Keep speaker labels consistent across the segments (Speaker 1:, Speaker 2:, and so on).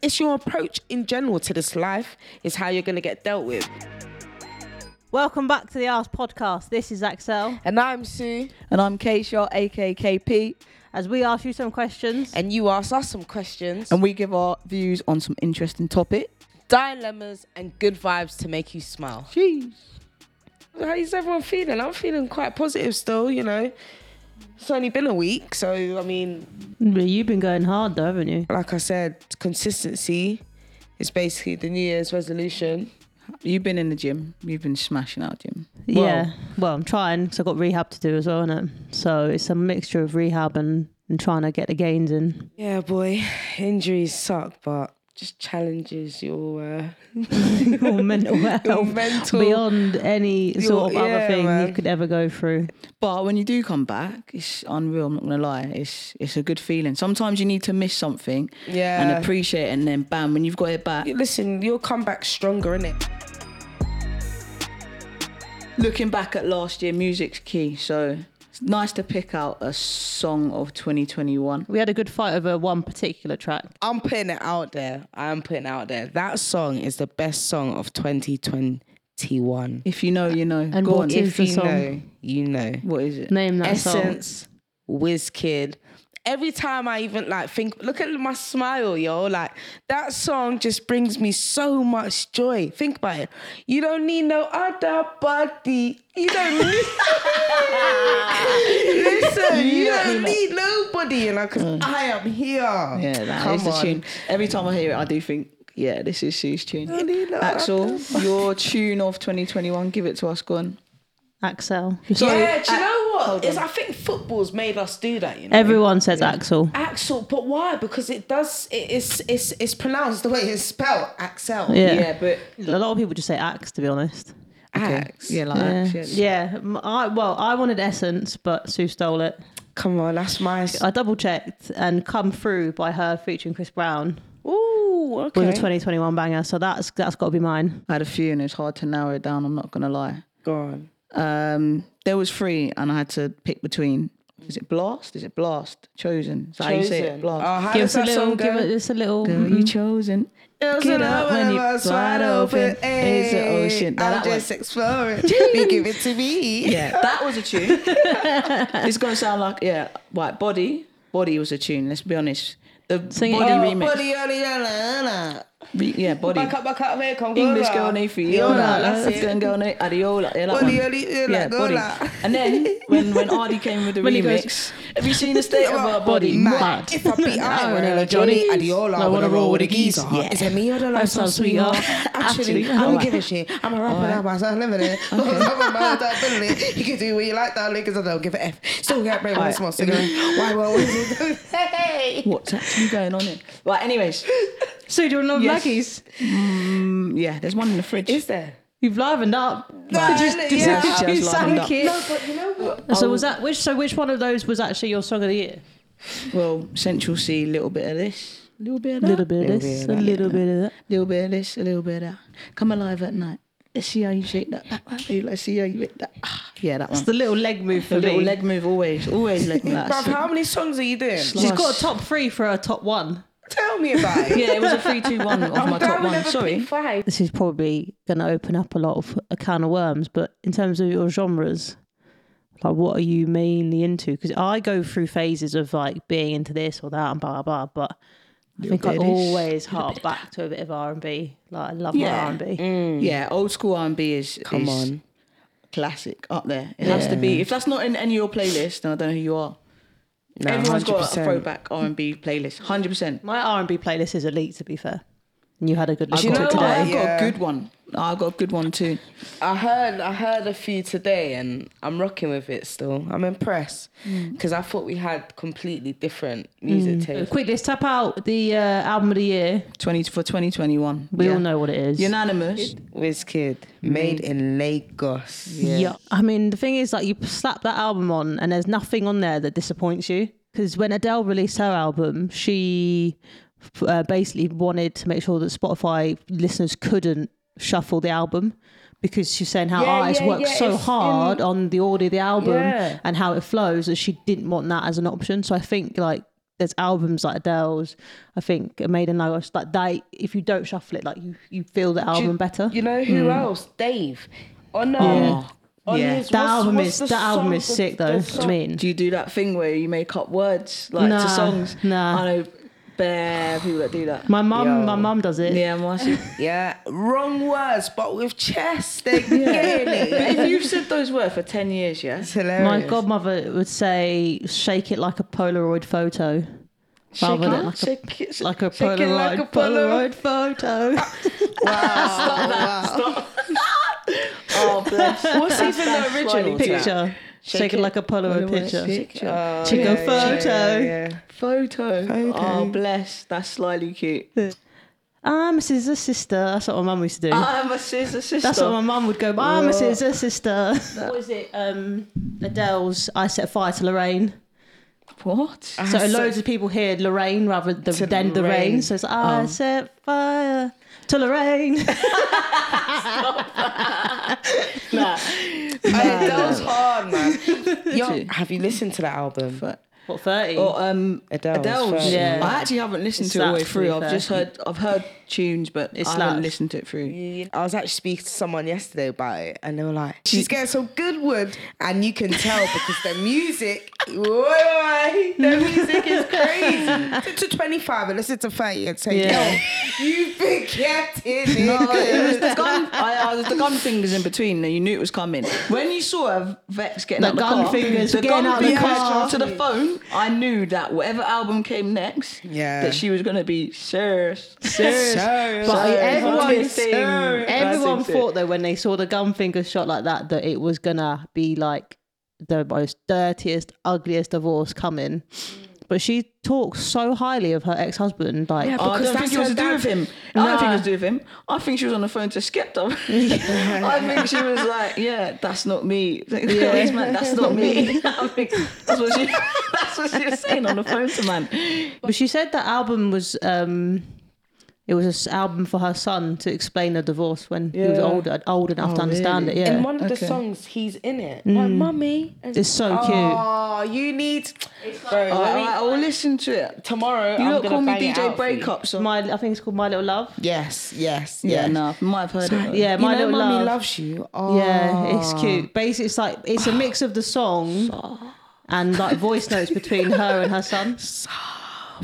Speaker 1: it's your approach in general to this life is how you're going to get dealt with.
Speaker 2: Welcome back to the Ask Podcast. This is Axel,
Speaker 1: And I'm Sue,
Speaker 3: And I'm Keisha, aka KP,
Speaker 2: as we ask you some questions.
Speaker 1: and you asked us some questions,
Speaker 3: and we give our views on some interesting topic.
Speaker 1: dilemmas, and good vibes to make you smile.
Speaker 3: Jeez.
Speaker 1: How is everyone feeling? I'm feeling quite positive still, you know. It's only been a week, so I mean,
Speaker 2: You've been going hard though, haven't you?
Speaker 1: like I said, consistency is basically the New Year's resolution.
Speaker 3: You've been in the gym. You've been smashing out gym.
Speaker 2: yeah. Well, I'm trying because I've got rehab to do as well, innit? So it's a mixture of rehab and, and trying to get the gains in.
Speaker 1: Yeah, boy, injuries suck, but just challenges your uh,
Speaker 2: Your mental
Speaker 1: your
Speaker 2: health.
Speaker 1: mental.
Speaker 2: Beyond any sort of
Speaker 1: Your- yeah,
Speaker 2: other thing
Speaker 1: man.
Speaker 2: you could ever go through.
Speaker 3: But when you do come back, it's unreal. I'm not gonna lie. It's it's a good feeling. Sometimes you need to miss something
Speaker 1: yeah.
Speaker 3: and appreciate, it and then bam, when you've got it back,
Speaker 1: Listen, you'll come back stronger, innit?
Speaker 3: looking back at last year, music's key. So it's nice to pick out a song of 2021.
Speaker 2: We had a good fight over one particular track.
Speaker 1: I'm putting it out there. I'm putting it out there. That song is the best song of 2021.
Speaker 3: If you know, you know.
Speaker 2: And
Speaker 3: Go
Speaker 2: what
Speaker 3: on.
Speaker 2: is-
Speaker 1: If
Speaker 2: the
Speaker 1: you
Speaker 2: song?
Speaker 1: know, you know.
Speaker 3: what is it?
Speaker 2: Name that song.
Speaker 1: Essence, Wizkid. Every time I even like think, look at my smile, yo. Like that song just brings me so much joy. Think about it. You don't need no other body. You don't need. Listen, you, don't need nobody, you know, because I am here.
Speaker 3: Mm. Yeah, that is the tune. Every time I hear it, I do think, yeah, this is Sue's tune.
Speaker 1: I need no
Speaker 3: Axel, your tune of 2021, give it to us, go on.
Speaker 2: Axel.
Speaker 1: yeah, do you know what? It's, I think football's made us do that. You know,
Speaker 2: Everyone says Axel.
Speaker 1: Axel, but why? Because it does. It, it's it's it's pronounced the way it's spelled. Axel.
Speaker 2: Yeah.
Speaker 3: but
Speaker 2: A lot of people just say Axe, to be honest.
Speaker 1: Axe.
Speaker 3: yeah, like
Speaker 2: Yeah.
Speaker 3: Axe, yeah.
Speaker 2: yeah. m- I, well, I wanted Essence, but Sue stole it.
Speaker 1: Come on, that's my.
Speaker 2: I double checked and Come Through by her featuring Chris Brown
Speaker 1: Ooh,
Speaker 2: was a
Speaker 1: okay.
Speaker 2: 2021 banger. So that's that's got to be mine.
Speaker 3: I had a few and it's hard to narrow it down. I'm not gonna lie.
Speaker 1: Gone.
Speaker 3: Um, there was three, and I had to pick between. Is it blast? Is it blast? Chosen. Ah. Is that how you say it? Blast.
Speaker 1: Oh, how
Speaker 2: Give
Speaker 1: does
Speaker 2: us a
Speaker 1: that
Speaker 2: little.
Speaker 1: song
Speaker 2: Give
Speaker 1: go?
Speaker 2: it just a little.
Speaker 3: Girl, you chosen.
Speaker 1: It's an
Speaker 3: Get up
Speaker 1: open
Speaker 3: when your
Speaker 1: eyes
Speaker 3: wide open is the
Speaker 1: ayy.
Speaker 3: ocean. Now
Speaker 1: I'm
Speaker 3: that
Speaker 1: just exploring. you give it to me.
Speaker 3: Yeah, that was a tune. it's gonna sound like yeah, right. Body, body was a tune. Let's be honest. The
Speaker 2: Sing it.
Speaker 3: body
Speaker 1: Oh,
Speaker 3: remix.
Speaker 1: body, body, la, la, la.
Speaker 3: Re- yeah, body.
Speaker 1: Back up, back up, make 'em go
Speaker 3: English
Speaker 1: la.
Speaker 3: girl named
Speaker 1: Yola,
Speaker 3: Fiona.
Speaker 1: that's it.
Speaker 3: African girl named Adiola. Yeah, that
Speaker 1: Body,
Speaker 3: one.
Speaker 1: body, la,
Speaker 3: Yeah,
Speaker 1: go
Speaker 3: body.
Speaker 1: la.
Speaker 3: And then when when Ardy came with the
Speaker 2: When he
Speaker 3: remix,
Speaker 2: goes-
Speaker 3: have you seen the state of our body?
Speaker 1: Mad. If I beat I wanna know Johnny Adiola, I wanna roll with a geezer.
Speaker 3: Yeah.
Speaker 1: Is it me or the lifestyle
Speaker 2: sounds sweeter.
Speaker 1: sweetheart? Actually,
Speaker 3: Actually,
Speaker 1: I don't
Speaker 3: alright.
Speaker 1: give a shit. I'm a rapper now, but I'm limited. I'm a man, I'm feeling it. You can do what you like, darling, because I don't give a F. Still got brain when I
Speaker 3: Alright.
Speaker 1: smell cigarette. Why won't we do Hey!
Speaker 3: What's actually going on here? Right, anyways,
Speaker 2: Sue, do you want
Speaker 3: Yes.
Speaker 2: Maggie's?
Speaker 3: mm, yeah, there's one in the fridge.
Speaker 1: Is there?
Speaker 2: You've livened up.
Speaker 1: Right.
Speaker 2: Did you- did
Speaker 1: Yeah,
Speaker 2: you-
Speaker 3: she has
Speaker 2: did you
Speaker 3: livened
Speaker 2: sank
Speaker 3: up.
Speaker 2: it?
Speaker 1: No, but you know what?
Speaker 2: So was that which? So which one of those was actually your song of the year?
Speaker 3: Well, Central C, little bit of this, little bit of that,
Speaker 2: Little bit of this, a little bit of that.
Speaker 3: little bit of this, a little bit of that. Come alive at night. Let's see how you shake that back. right? Let's see how you make that. Ah, Yeah, that
Speaker 2: It's
Speaker 3: one.
Speaker 2: the little leg move for
Speaker 3: The little
Speaker 2: me.
Speaker 3: leg move always, always leg move.
Speaker 1: Bruv, how many songs are you doing?
Speaker 3: Sl-
Speaker 2: She's
Speaker 3: Plus.
Speaker 2: got a top three for her top one.
Speaker 1: Tell me about it.
Speaker 3: Yeah, it was a three-two-one of my top
Speaker 1: Darren
Speaker 3: one.
Speaker 1: never
Speaker 3: Sorry.
Speaker 1: picked Five.
Speaker 2: this is probably going to open up a lot of a can of worms, but in terms of your genres, like what are you mainly into? Because I go through phases of like being into this or that and blah blah, blah but I think I
Speaker 3: bit of this,
Speaker 2: always hark back to a bit of R and B. Like I love
Speaker 3: Yeah.
Speaker 2: my R and B.
Speaker 3: Yeah, old school R&B is
Speaker 1: Come
Speaker 3: is
Speaker 1: on.
Speaker 3: classic up there. It has to be. If that's not in any of your playlist, then I don't know who you are.
Speaker 1: No,
Speaker 3: Everyone's got a
Speaker 1: 100%.
Speaker 3: throwback R&B playlist, hundred percent.
Speaker 2: My R and B playlist is elite, to be fair. And you had a good
Speaker 3: I've
Speaker 2: listen to
Speaker 3: got,
Speaker 2: it
Speaker 3: I've
Speaker 2: today.
Speaker 3: got
Speaker 1: Yeah.
Speaker 3: a good one. I've got a good one too.
Speaker 1: I heard I heard a few today and I'm rocking with it still. I'm impressed
Speaker 2: Mm.
Speaker 1: because I thought we had completely different music tastes.
Speaker 2: Quick, let's tap out the uh, album of the year.
Speaker 3: Twenty for twenty twenty one.
Speaker 2: We all know what it is.
Speaker 3: Unanimous.
Speaker 1: Wizkid, made in Lagos.
Speaker 2: Mm. Yeah. I mean, the thing is, like, you slap that album on, and there's nothing on there that disappoints you. Because when Adele released her album, she f- uh, basically wanted to make sure that Spotify listeners couldn't shuffle the album because she's saying how
Speaker 1: Yeah,
Speaker 2: artists
Speaker 1: yeah,
Speaker 2: work
Speaker 1: yeah,
Speaker 2: so
Speaker 1: it's
Speaker 2: hard
Speaker 1: in-
Speaker 2: on the audio of the album
Speaker 1: Yeah.
Speaker 2: and how it flows that she didn't want that as an option. So I think, like, there's albums like Adele's, I think, A Maiden Lagos, like they, if you don't shuffle it, like you, you feel the album
Speaker 1: you,
Speaker 2: better.
Speaker 1: You know who
Speaker 2: Mm.
Speaker 1: else? Dave. On um, on
Speaker 3: Yeah.
Speaker 1: his-
Speaker 2: that
Speaker 1: what's-
Speaker 2: Oh. album
Speaker 1: what's
Speaker 2: is
Speaker 1: the
Speaker 2: that album
Speaker 1: song
Speaker 2: is
Speaker 1: that-
Speaker 2: sick
Speaker 1: the
Speaker 2: though. I
Speaker 1: song-
Speaker 2: mean,
Speaker 3: Do you do that thing where you make up words like
Speaker 2: Nah,
Speaker 3: to songs?
Speaker 2: nah.
Speaker 3: I know bare people that do that.
Speaker 2: my mum,
Speaker 1: Yo.
Speaker 2: my mum does it.
Speaker 3: yeah, Marcy.
Speaker 1: Yeah, wrong words, but with chest, they get it.
Speaker 3: if you've said those words for ten years, yeah.
Speaker 1: It's hilarious.
Speaker 2: My godmother would say, "Shake it like a Polaroid photo." Rather than like a,
Speaker 3: Shake it.
Speaker 2: like a
Speaker 1: Shake it
Speaker 2: Polaroid,
Speaker 1: like a
Speaker 2: Polaroid photo. Ah.
Speaker 3: Oh, bless.
Speaker 1: What's even the
Speaker 3: that's
Speaker 1: original?
Speaker 3: why they
Speaker 1: to that?
Speaker 2: picture. Shake, it, like a Polaroid, picture.
Speaker 3: Picture.
Speaker 1: Oh,
Speaker 2: Chico
Speaker 1: yeah, yeah,
Speaker 2: photo.
Speaker 1: yeah, yeah.
Speaker 3: Photo.
Speaker 1: Photo.
Speaker 3: Oh, bless. That's slightly cute.
Speaker 2: I'm Ah, a scissor sister. That's what my mum used to do.
Speaker 1: Ah,
Speaker 3: I'm a sister. sister.
Speaker 2: That's what my mum would go. I'm a scissor sister. What was it? Um, Adele's "I Set Fire to Lorraine."
Speaker 3: What?
Speaker 1: I
Speaker 2: So
Speaker 1: set-
Speaker 2: loads of people hear Lorraine rather than
Speaker 1: To
Speaker 2: than the rain.
Speaker 1: Lorraine.
Speaker 2: So it's I set fire to Lorraine.
Speaker 3: Nah.
Speaker 1: Hey, that was hard, man. Yo, have you listened to that album?
Speaker 2: what thirty?
Speaker 3: Or um,
Speaker 1: Adele's
Speaker 3: Adele's.
Speaker 1: version.
Speaker 2: Yeah.
Speaker 3: I actually haven't listened
Speaker 2: It's
Speaker 3: to it all
Speaker 2: that, to
Speaker 3: the way
Speaker 2: be
Speaker 3: through. I've
Speaker 2: fair.
Speaker 3: just heard. I've heard tunes, but
Speaker 2: It's
Speaker 3: I haven't
Speaker 2: that.
Speaker 3: listened to it through.
Speaker 1: I was actually speaking to someone yesterday about it, and they were like, "She's getting some good wood," and you can tell because the music, Oi, the music is crazy. Listen to twenty five and listen to thirty and say,
Speaker 2: Yeah.
Speaker 1: "Yo, you've been getting
Speaker 3: No, it was
Speaker 1: it."
Speaker 3: the gun. I, I was the gun fingers in between, and you knew it was coming. When you saw Vex getting
Speaker 2: The
Speaker 3: out the
Speaker 2: gun
Speaker 3: car,
Speaker 2: fingers
Speaker 3: the
Speaker 2: getting
Speaker 3: gun
Speaker 2: out the
Speaker 3: fingers
Speaker 2: car.
Speaker 3: to the phone, I knew that whatever album came next,
Speaker 1: Yeah.
Speaker 3: that she was gonna be serious,
Speaker 1: Serious.
Speaker 2: Serious. But
Speaker 1: Serious.
Speaker 2: everyone,
Speaker 3: Serious. Serious.
Speaker 2: everyone
Speaker 3: That's it.
Speaker 2: thought though when they saw the gun finger shot like that that it was gonna be like the most dirtiest, ugliest divorce coming. But she talks so highly of her ex-husband, like
Speaker 1: Yeah, but-
Speaker 3: Oh, I
Speaker 1: Because
Speaker 3: don't think
Speaker 1: that's
Speaker 3: it was
Speaker 1: her
Speaker 3: to do
Speaker 1: dad.
Speaker 3: with him. I don't think it was to do with him. I think she was on the phone to Skepta. I think she was like, "Yeah, that's not me. This man, that's not me." I think that's what she. That's what she was saying on the phone to man.
Speaker 2: But she said that album was um it was an album for her son to explain the divorce when he was
Speaker 3: Yeah.
Speaker 2: older old enough to understand it. Yeah.
Speaker 1: In one of the
Speaker 3: Okay.
Speaker 1: songs, he's in it.
Speaker 3: Mm.
Speaker 1: My mummy. And-
Speaker 2: it's so cute.
Speaker 1: Oh, you need. Oh, Bro,
Speaker 3: All
Speaker 1: let me-
Speaker 3: right, I will listen to it.
Speaker 1: tomorrow.
Speaker 3: You
Speaker 1: I'm
Speaker 3: don't
Speaker 1: gonna
Speaker 3: call me
Speaker 1: bang it out
Speaker 3: DJ
Speaker 1: for you.
Speaker 3: Breakup, so
Speaker 2: My I think it's called My Little Love.
Speaker 1: Yes, yes,
Speaker 3: yeah,
Speaker 1: yes.
Speaker 3: no, I might have heard it.
Speaker 2: Yeah, My
Speaker 1: you know,
Speaker 2: Little
Speaker 1: mummy
Speaker 2: Love.
Speaker 1: loves you. Oh.
Speaker 2: Yeah, it's cute. Basically it's like it's a mix of the song and like voice notes between her and her son.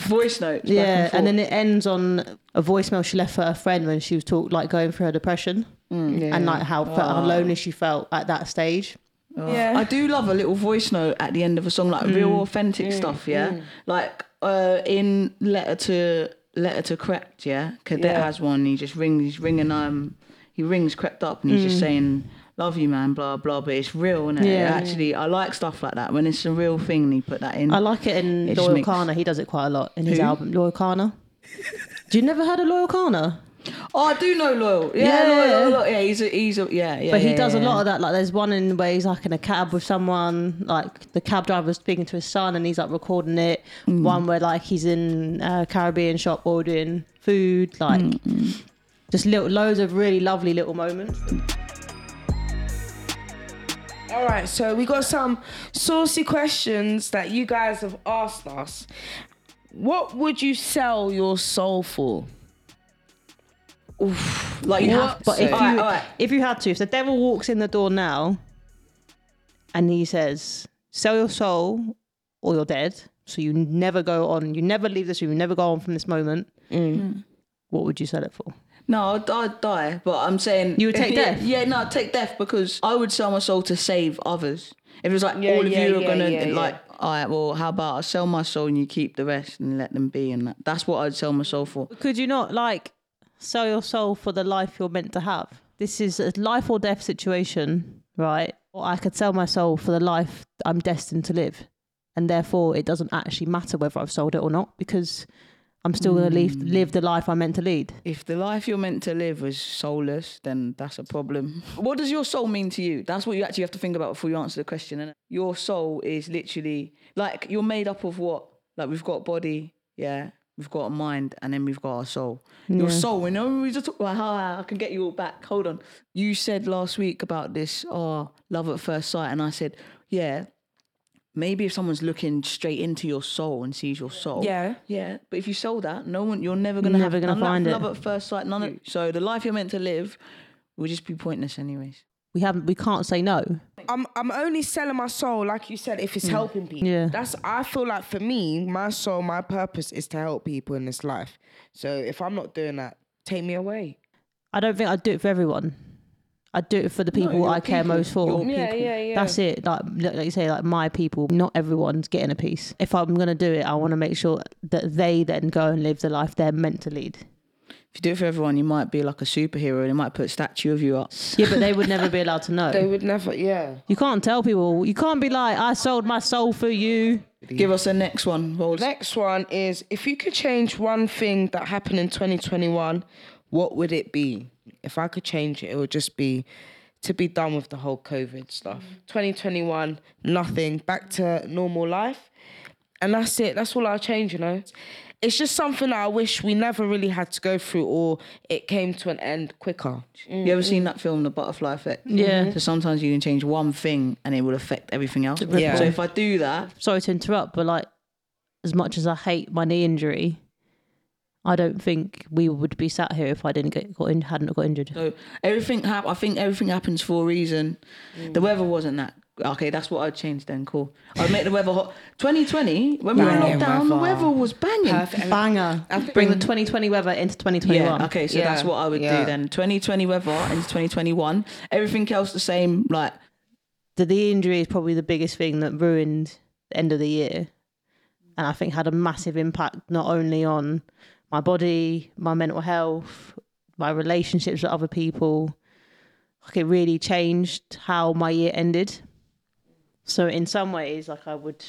Speaker 3: voice notes. back
Speaker 2: Yeah, and
Speaker 3: and,
Speaker 2: then it ends on a voicemail she left for her friend when she was talk like going through her depression and like how, how lonely she felt at that stage.
Speaker 1: Yeah.
Speaker 3: then I do love a little voice note at the end of a song, like
Speaker 2: Mm.
Speaker 3: real authentic stuff. Yeah, like uh, in letter to letter to crept. Yeah, cadet
Speaker 1: Yeah.
Speaker 3: has one. He just rings. He's ringing. Um, he rings crept up, and he's just saying. Love you, man. Blah blah, but it's real, innit?
Speaker 2: Mm. Yeah.
Speaker 3: Actually, I like stuff like that when it's a real thing. and He put that in.
Speaker 2: I like it in
Speaker 3: It just
Speaker 2: Loyal
Speaker 3: makes-
Speaker 2: Kana. He does it quite a lot in his
Speaker 3: Who?
Speaker 2: album. Loyal Kana. Do you never heard of Loyal Kana?
Speaker 3: oh, I do know Loyal. Yeah,
Speaker 2: Yeah.
Speaker 3: Loyal, Loyal, Loyal. Yeah, he's a, he's a, yeah, yeah.
Speaker 2: But he
Speaker 3: yeah,
Speaker 2: does a
Speaker 3: yeah.
Speaker 2: lot of that. Like, there's one in where he's like in a cab with someone, like the cab driver's speaking to his son, and he's like recording it. One where like he's in a Caribbean shop ordering food, like just little loads of really lovely little moments.
Speaker 1: All right, so we got some saucy questions that you guys have asked us. What would you sell your soul for?
Speaker 3: Like you
Speaker 1: What?
Speaker 3: have,
Speaker 2: But
Speaker 3: to.
Speaker 2: if you
Speaker 3: Alright, alright.
Speaker 2: if you had to, if the devil walks in the door now, and he says, "Sell your soul, or you're dead," so you never go on, you never leave this room, you never go on from this moment.
Speaker 3: Mm.
Speaker 2: What would you sell it for?
Speaker 3: No, I'd, I'd die, but I'm saying
Speaker 2: You would take
Speaker 3: Yeah,
Speaker 2: death?
Speaker 3: Yeah, no, I'd take death because I would sell my soul to save others. If it was like all of
Speaker 1: yeah,
Speaker 3: you are
Speaker 1: yeah,
Speaker 3: gonna
Speaker 1: yeah, yeah.
Speaker 3: like, all right, well, how about I sell my soul and you keep the rest and let them be, and that. that's what I'd sell my soul for.
Speaker 2: Could you not like sell your soul for the life you're meant to have? This is a life or death situation, right? Or I could sell my soul for the life I'm destined to live, and therefore it doesn't actually matter whether I've sold it or not because I'm still going to leave,
Speaker 3: Hmm.
Speaker 2: live the life I'm meant to lead.
Speaker 3: If the life you're meant to live is soulless, then that's a problem. What does your soul mean to you? That's what you actually have to think about before you answer the question. And your soul is literally like you're made up of what? Like we've got body, yeah, we've got a mind, and then we've got our soul. Your soul. You know, we just talk about how I can get you all back. Hold on. You said last week about this, oh, love at first sight, and I said, yeah, maybe if someone's looking straight into your soul and sees your soul,
Speaker 1: Yeah.
Speaker 3: yeah. But if you sell that, no one, you're never gonna
Speaker 2: Never
Speaker 3: have,
Speaker 2: gonna
Speaker 3: none of that
Speaker 2: find it.
Speaker 3: Love at first sight, none of. So the life you're meant to live will just be pointless, anyways.
Speaker 2: We haven't. We can't say no.
Speaker 1: I'm I'm only selling my soul, like you said, if it's helping people.
Speaker 2: Hmm. Yeah.
Speaker 1: That's I feel like for me, my soul, my purpose is to help people in this life. So if I'm not doing that, take me away.
Speaker 2: I don't think I'd do it for everyone. I'd do it for the people
Speaker 3: your
Speaker 2: I care
Speaker 3: people.
Speaker 2: most for.
Speaker 3: Your Yeah, people.
Speaker 1: yeah, yeah.
Speaker 2: That's it. Like, like you say, like my people. Not everyone's getting a piece. If I'm gonna do it, I want to make sure that they then go and live the life they're meant to lead.
Speaker 3: If you do it for everyone, you might be like a superhero. They might put a statue of you up.
Speaker 2: Yeah, but they would never be allowed to know.
Speaker 1: They would never, yeah.
Speaker 2: You can't tell people. You can't be like, I sold my soul for you.
Speaker 3: Give us the next one. Rolls.
Speaker 1: Next one is if you could change one thing that happened in 2021, what would it be? If I could change it, it would just be to be done with the whole COVID stuff. 2021, nothing, back to normal life. And that's it. That's all I'll change, you know? It's just something that I wish we never really had to go through or it came to an end quicker.
Speaker 3: You ever seen that film, The Butterfly Effect? Mm-hmm.
Speaker 2: Yeah.
Speaker 3: So sometimes you can change one thing and it will affect everything else.
Speaker 1: Yeah.
Speaker 3: So if I do that,
Speaker 2: Sorry to interrupt, but like, as much as I hate my knee injury, I don't think we would be sat here if I didn't get got in, hadn't got injured.
Speaker 3: so everything hap- I think everything happens for a reason. The weather wasn't that. Okay, that's what I'd change then. Cool. I'd make the weather hot. 2020, when we were in
Speaker 1: Banging
Speaker 3: lockdown, the
Speaker 1: weather.
Speaker 3: weather was banging.
Speaker 2: Banger. Bring the 2020 weather into 2021.
Speaker 3: Yeah. Okay. So that's
Speaker 1: Yeah.
Speaker 3: what I would
Speaker 1: Yeah.
Speaker 3: do then. 2020 weather into 2021. Everything else the same. Like
Speaker 2: The, the injury is probably the biggest thing that ruined the end of the year. And I think had a massive impact not only on my body, my mental health, my relationships with other people. Like it really changed how my year ended. So in some ways, like I would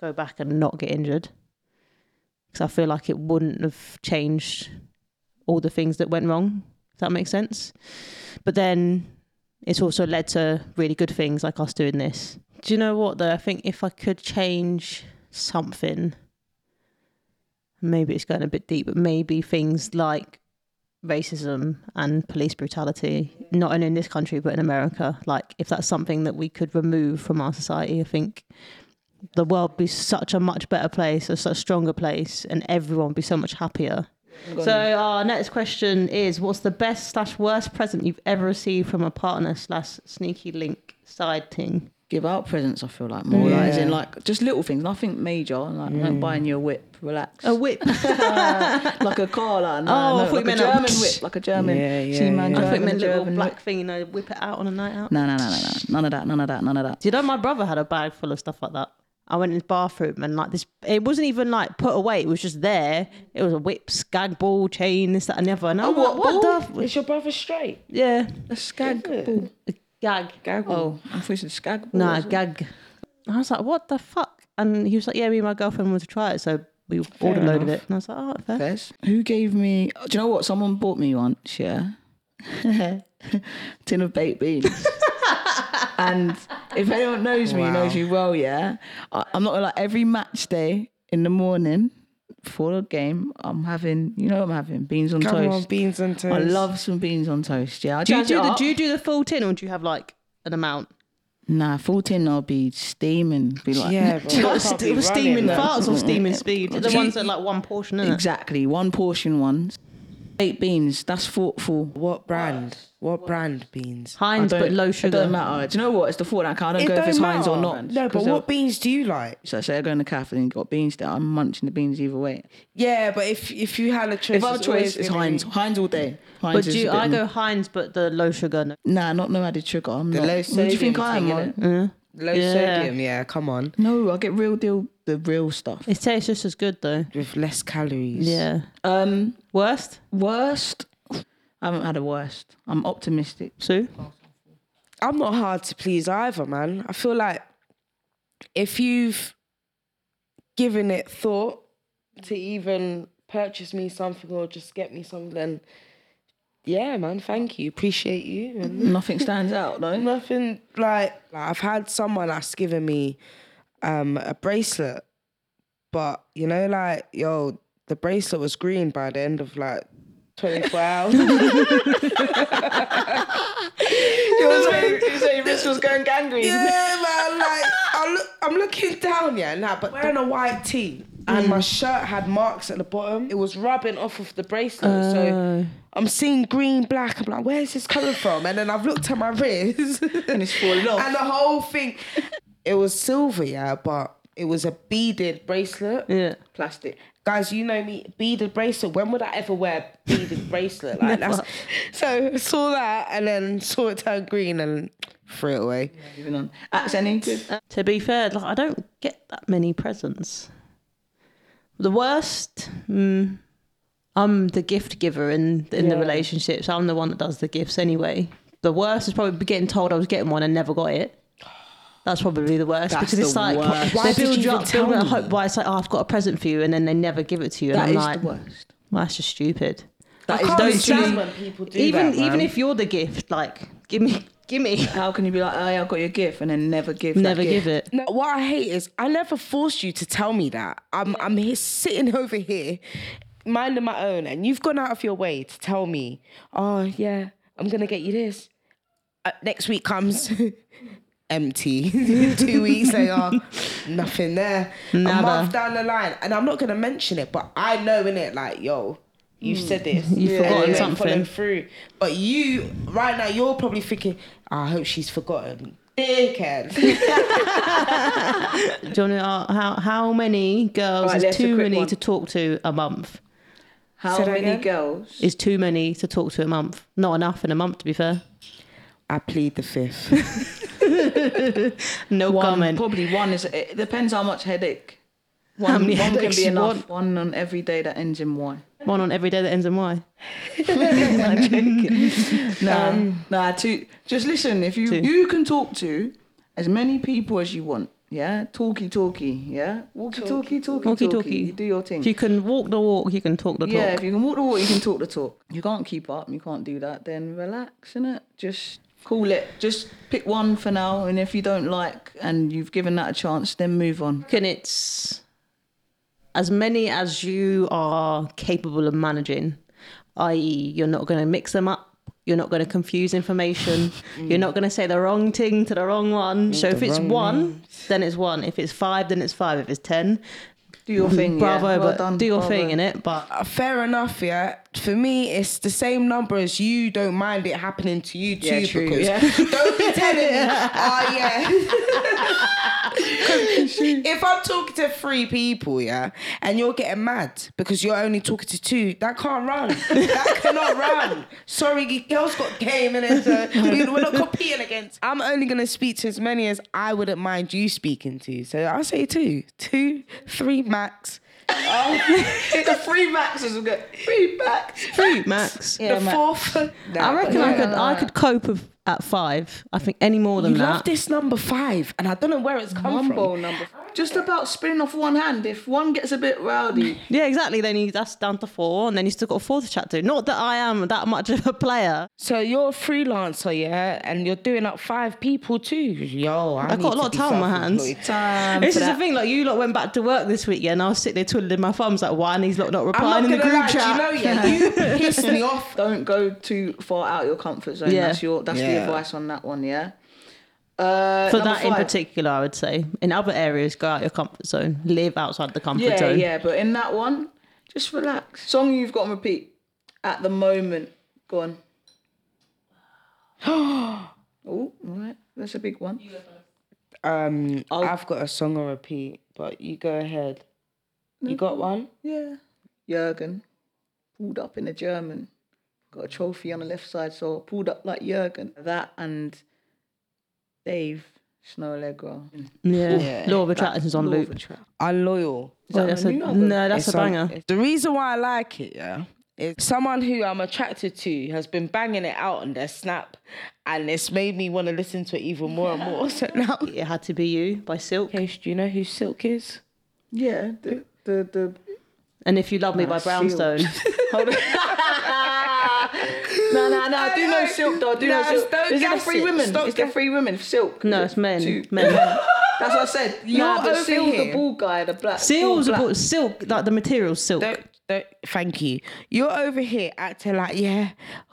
Speaker 2: go back and not get injured. Because I feel like it wouldn't have changed all the things that went wrong, if that makes sense. But then it's also led to really good things like us doing this. Do you know what though? I think if I could change something, maybe it's going a bit deep, but maybe things like racism and police brutality, not only in this country but in America, like if that's something that we could remove from our society, I think the world would be such a much better place, a such stronger place, and everyone would be so much happier. So our next question is: What's the best slash worst present you've ever received from a partner slash sneaky link side thing?
Speaker 3: give out presents. I feel like more. Like, as in like just little things. Nothing major. Like like
Speaker 2: Mm.
Speaker 3: buying you a whip. Relax.
Speaker 2: A whip.
Speaker 3: like a car, like, no,
Speaker 2: Oh, I
Speaker 3: no,
Speaker 2: thought you
Speaker 3: like
Speaker 2: meant
Speaker 3: a
Speaker 2: a-
Speaker 3: German whip, like a German.
Speaker 1: Yeah, yeah,
Speaker 3: See, man,
Speaker 1: yeah.
Speaker 2: I
Speaker 3: German,
Speaker 2: think meant little
Speaker 3: German
Speaker 2: black
Speaker 3: whip.
Speaker 2: thing, you know, whip it out on a night out.
Speaker 3: No, no, no, no, no, none of that, none of that, none of that.
Speaker 2: Do you know my brother had a bag full of stuff like that? I went in his bathroom and like this, it wasn't even like put away. It was just there. It was a whip, skag ball, chain, this, that, and the other. And I'm
Speaker 3: what
Speaker 2: like, what
Speaker 3: ball?
Speaker 2: the? F-?
Speaker 1: Is your brother straight?
Speaker 2: Yeah,
Speaker 3: A skag
Speaker 1: Is it?
Speaker 3: ball.
Speaker 2: gag.
Speaker 3: Oh, I thought you said skag ball.
Speaker 2: Nah, gag. I was like, what the fuck? And he was like, yeah, me and my girlfriend wanted to try it, so we ordered a load of it. And I was like, oh, fair.
Speaker 3: Fez. Who gave me? Do you know what? Someone bought me once. Yeah, tin of baked beans. and if anyone knows me, knows me well. Yeah, I, I'm not gonna like every match day in the morning before the game. I'm having, you know, I'm having beans on
Speaker 1: Come
Speaker 3: toast.
Speaker 1: on, beans and toast.
Speaker 3: I love some beans on toast. Yeah, I
Speaker 2: Do you
Speaker 3: jazz it
Speaker 2: do the
Speaker 3: up.
Speaker 2: do you do the full tin or do you have like an amount?
Speaker 3: Nah, full tin. I'll be steaming. Be like,
Speaker 1: Yeah, bro. You can't be running,
Speaker 2: steaming
Speaker 1: though.
Speaker 2: farts or steaming speed? The
Speaker 3: Do you-
Speaker 2: ones that are like one portion, is
Speaker 3: exactly one portion ones. Eight beans. That's thoughtful.
Speaker 1: What brand? What brand beans?
Speaker 2: Heinz
Speaker 3: Don't-
Speaker 2: but low
Speaker 3: It doesn't
Speaker 2: sugar.
Speaker 3: matter. Do you know what? It's the thought that count. I don't
Speaker 1: It
Speaker 3: go if
Speaker 1: don't
Speaker 3: it's Heinz or
Speaker 1: matter.
Speaker 3: not.
Speaker 1: No, but
Speaker 3: 'Cause they'll-
Speaker 1: what beans do you like?
Speaker 3: So say I go in the cafe and got beans there. I'm munching the beans either way.
Speaker 1: Yeah, but if if you had a choice,
Speaker 3: If I have a
Speaker 1: it's
Speaker 3: choice,
Speaker 1: always
Speaker 3: it's
Speaker 1: gonna
Speaker 3: Heinz.
Speaker 1: be-
Speaker 3: Heinz all day. Heinz
Speaker 2: But
Speaker 3: is
Speaker 2: do you,
Speaker 3: a bit
Speaker 2: I go
Speaker 3: more-
Speaker 2: Heinz but the low sugar? No.
Speaker 3: Nah, not no added sugar. I'm
Speaker 1: The
Speaker 3: not.
Speaker 1: low
Speaker 3: Who do you think
Speaker 1: sodium
Speaker 3: I am?
Speaker 1: thing,
Speaker 3: man?
Speaker 1: Low
Speaker 2: Yeah.
Speaker 1: sodium, yeah. Come on,
Speaker 3: No, I get real deal, the real stuff.
Speaker 2: It tastes just as good though.
Speaker 1: with less calories.
Speaker 2: Yeah.
Speaker 3: Um,
Speaker 2: Worst,
Speaker 3: worst. I haven't had a worst. I'm optimistic.
Speaker 2: Sue.
Speaker 1: I'm not hard to please either, man. I feel like if you've given it thought to even purchase me something or just get me something, then yeah, man. Thank you, appreciate you. And
Speaker 3: Nothing stands out though.
Speaker 1: nothing like, like I've had someone that's given me um a bracelet, but you know, like yo, the bracelet was green by the end of like twenty four hours. Your wrist was going gangrene. Yeah, man. Like I look, I'm looking down, yeah, now, but wearing a white tee and my shirt had marks at the bottom. It was rubbing off of the bracelet. so I'm seeing green, black. I'm like, where's this coming from? And then I've looked at my wrist
Speaker 3: And it's falling off.
Speaker 1: and the whole thing. It was silver, yeah, but it was a beaded bracelet.
Speaker 2: Yeah.
Speaker 1: Plastic. Guys, you know me, beaded bracelet. When would I ever wear a beaded bracelet? Like that's so saw that and then saw it turn green and threw it away.
Speaker 3: Moving on. Acts any good?
Speaker 2: To be fair, like I don't get that many presents. The worst, mm, I'm the gift giver in in the
Speaker 1: Yeah.
Speaker 2: relationships. I'm the one that does the gifts anyway. The worst is probably getting told I was getting one and never got it. That's probably the worst
Speaker 3: That's
Speaker 2: because it's
Speaker 3: the
Speaker 2: like
Speaker 3: worst.
Speaker 1: Why
Speaker 2: they
Speaker 1: did
Speaker 2: build
Speaker 1: you
Speaker 2: you
Speaker 1: even
Speaker 2: up, build
Speaker 1: tell
Speaker 2: up
Speaker 1: me?
Speaker 2: hope. Why it's like oh, I've got a present for you, and then they never give it to you.
Speaker 3: That
Speaker 2: and
Speaker 3: is
Speaker 2: I'm like,
Speaker 3: the worst.
Speaker 2: well, that's just stupid.
Speaker 3: That
Speaker 1: I
Speaker 3: is
Speaker 1: can't
Speaker 3: don't
Speaker 1: understand
Speaker 3: you-
Speaker 1: when people do
Speaker 2: even
Speaker 1: that, man.
Speaker 2: even if you're the gift, like give me, give me,
Speaker 3: How can you be like, oh, yeah, I got your gift, and then never give? that
Speaker 2: never
Speaker 3: gift?
Speaker 2: give it.
Speaker 1: No, what I hate is I never forced you to tell me that. I'm I'm here, sitting over here, minding my own, and you've gone out of your way to tell me, oh yeah, I'm gonna get you this. Uh, next week comes empty. Two weeks they are nothing there. A
Speaker 2: Nada.
Speaker 1: month down the line, and I'm not gonna mention it, but I know in it like yo. You said this.
Speaker 2: You've
Speaker 1: and
Speaker 2: forgotten
Speaker 1: you ain't
Speaker 2: something.
Speaker 1: following through. But you, right now, you're probably thinking, "Ah, I hope she's forgotten. Dickhead.
Speaker 2: Do you know how how many girls
Speaker 3: Alright,
Speaker 2: is
Speaker 3: let's do a
Speaker 2: too
Speaker 3: quick
Speaker 2: many
Speaker 3: one.
Speaker 2: to talk to a month?
Speaker 3: How
Speaker 1: Say that
Speaker 3: many
Speaker 1: again?
Speaker 3: girls?
Speaker 2: Is too many to talk to a month? Not enough in a month, to be fair.
Speaker 1: I plead the fifth.
Speaker 2: No
Speaker 3: One,
Speaker 2: comment.
Speaker 3: probably one is. It depends how much headache. One,
Speaker 2: How many
Speaker 3: one can
Speaker 2: headaches
Speaker 3: be
Speaker 2: you
Speaker 3: enough.
Speaker 2: want?
Speaker 3: One on every day that ends in Y.
Speaker 2: One on every day that ends in Y.
Speaker 3: I'm joking. Nah, Um, nah. Two. Just listen. If you
Speaker 2: Two.
Speaker 3: you can talk to as many people as you want. Yeah. Talky talky. Yeah. Walkie talkie talkie talkie.
Speaker 2: Walkie-talkie.
Speaker 3: You do your thing.
Speaker 2: If you can walk the walk, you can talk the
Speaker 3: yeah.
Speaker 2: talk.
Speaker 3: If you can walk the walk, you can talk the talk. You can't keep up. You can't do that. Then relax, innit? Just call it. Just pick one for now. And if you don't like and you've given that a chance, then move on.
Speaker 2: And it's as many as you are capable of managing, i.e., you're not going to mix them up. You're not going to confuse information.
Speaker 3: Mm.
Speaker 2: You're not going to say the wrong thing to the wrong one. So if it's one, then it's one. If it's five, then it's five. If it's ten,
Speaker 3: Do your thing.
Speaker 2: Mm-hmm. bravo,
Speaker 3: yeah. Well
Speaker 2: but
Speaker 3: done,
Speaker 2: do your
Speaker 3: bravo.
Speaker 2: thing in it. But
Speaker 1: Uh, Fair enough, yeah. For me, it's the same number as you. Don't mind it happening to you too,
Speaker 3: Yeah, true,
Speaker 1: because
Speaker 3: yeah.
Speaker 1: don't be telling me, oh yeah. 'Cause if I'm talking to three people, yeah, and you're getting mad because you're only talking to two, that can't run. that cannot run. Sorry, girls got game in it. So we- we're not competing against. I'm only gonna speak to as many as I wouldn't mind you speaking to. So I'll say two, two, three max.
Speaker 3: the free maxes will get free max.
Speaker 2: Three max.
Speaker 3: Yeah,
Speaker 1: the
Speaker 3: Max.
Speaker 1: fourth.
Speaker 2: I reckon I
Speaker 3: Yeah.
Speaker 2: could I could cope with, at five. I think any more than
Speaker 1: You love
Speaker 2: that.
Speaker 1: this number five, and I don't know where it's come
Speaker 3: Mumbo
Speaker 1: from.
Speaker 3: number. Just about spinning off one hand. If one gets a bit rowdy,
Speaker 2: Yeah, exactly. Then you, that's down to four, and then you still got a fourth to chat to. Not that I am that much of a player.
Speaker 1: So you're a freelancer, yeah, and you're doing up five people too. Yo, I
Speaker 2: I've
Speaker 1: need
Speaker 2: got a
Speaker 1: to
Speaker 2: lot of
Speaker 1: be
Speaker 2: time on my hands.
Speaker 1: self-employed.
Speaker 3: time.
Speaker 2: this
Speaker 3: for
Speaker 2: is the
Speaker 3: that.
Speaker 2: thing. Like you lot went back to work this week, yeah, and I was sitting there twiddling my thumbs like, why? And he's not, not
Speaker 1: I'm not
Speaker 2: replying in
Speaker 1: gonna
Speaker 2: the group
Speaker 1: lie, do you
Speaker 2: chat.
Speaker 1: know, yeah, you pissed me off.
Speaker 3: Don't go too far out your comfort zone.
Speaker 2: Yeah.
Speaker 3: That's your. That's the
Speaker 1: Yeah.
Speaker 3: advice on that one. Yeah. Uh,
Speaker 2: For
Speaker 3: number
Speaker 2: that in
Speaker 3: five.
Speaker 2: particular, I would say. In other areas, go out your comfort zone. Live outside the comfort
Speaker 3: Yeah,
Speaker 2: zone.
Speaker 3: yeah. But in that one, just relax. Song you've got on repeat at the moment. Go on. oh, all right. That's a big one.
Speaker 1: Um,
Speaker 3: I'll-
Speaker 1: I've got a song on repeat, but you go ahead. You got one?
Speaker 3: Yeah. Jurgen pulled up in a German. Got a trophy on the left side, so I pulled up like Jurgen. That and Dave Snow Allegra.
Speaker 2: Yeah.
Speaker 1: Yeah.
Speaker 2: Law of Attraction's on
Speaker 3: Law of
Speaker 2: loop.
Speaker 3: Attraction.
Speaker 1: Unloyal.
Speaker 3: Is that
Speaker 2: Oh, that's
Speaker 3: on
Speaker 2: a,
Speaker 3: the new album?
Speaker 2: no, that's
Speaker 1: It's
Speaker 2: a
Speaker 1: on-
Speaker 2: banger.
Speaker 1: it's- the reason why I like it, yeah, is someone who I'm attracted to has been banging it out on their snap, and it's made me want to listen to it even more and more. So now,
Speaker 2: It had to be you by Silk.
Speaker 1: Case, do you know who Silk is?
Speaker 3: Yeah, the the the.
Speaker 2: And if you love me by
Speaker 3: Silk.
Speaker 2: Brownstone.
Speaker 3: Hold on. no, no, no. I do know Silk though. I do
Speaker 1: No,
Speaker 3: know Silk.
Speaker 1: don't
Speaker 3: Is there
Speaker 1: guess
Speaker 3: three
Speaker 1: it.
Speaker 3: women?
Speaker 1: Stop
Speaker 3: Is there
Speaker 1: guess-
Speaker 3: three women for Silk?
Speaker 2: No,
Speaker 3: Is
Speaker 2: it's
Speaker 3: it two?
Speaker 2: men. Men.
Speaker 3: That's what I said.
Speaker 1: You're
Speaker 3: no, but
Speaker 1: over
Speaker 3: Seal, the
Speaker 1: here.
Speaker 3: ball guy, the black.
Speaker 2: Seals
Speaker 3: ball
Speaker 2: are
Speaker 3: black.
Speaker 2: bought silk, like the material silk.
Speaker 1: Don't, Don't, thank you. You're over here acting like, yeah,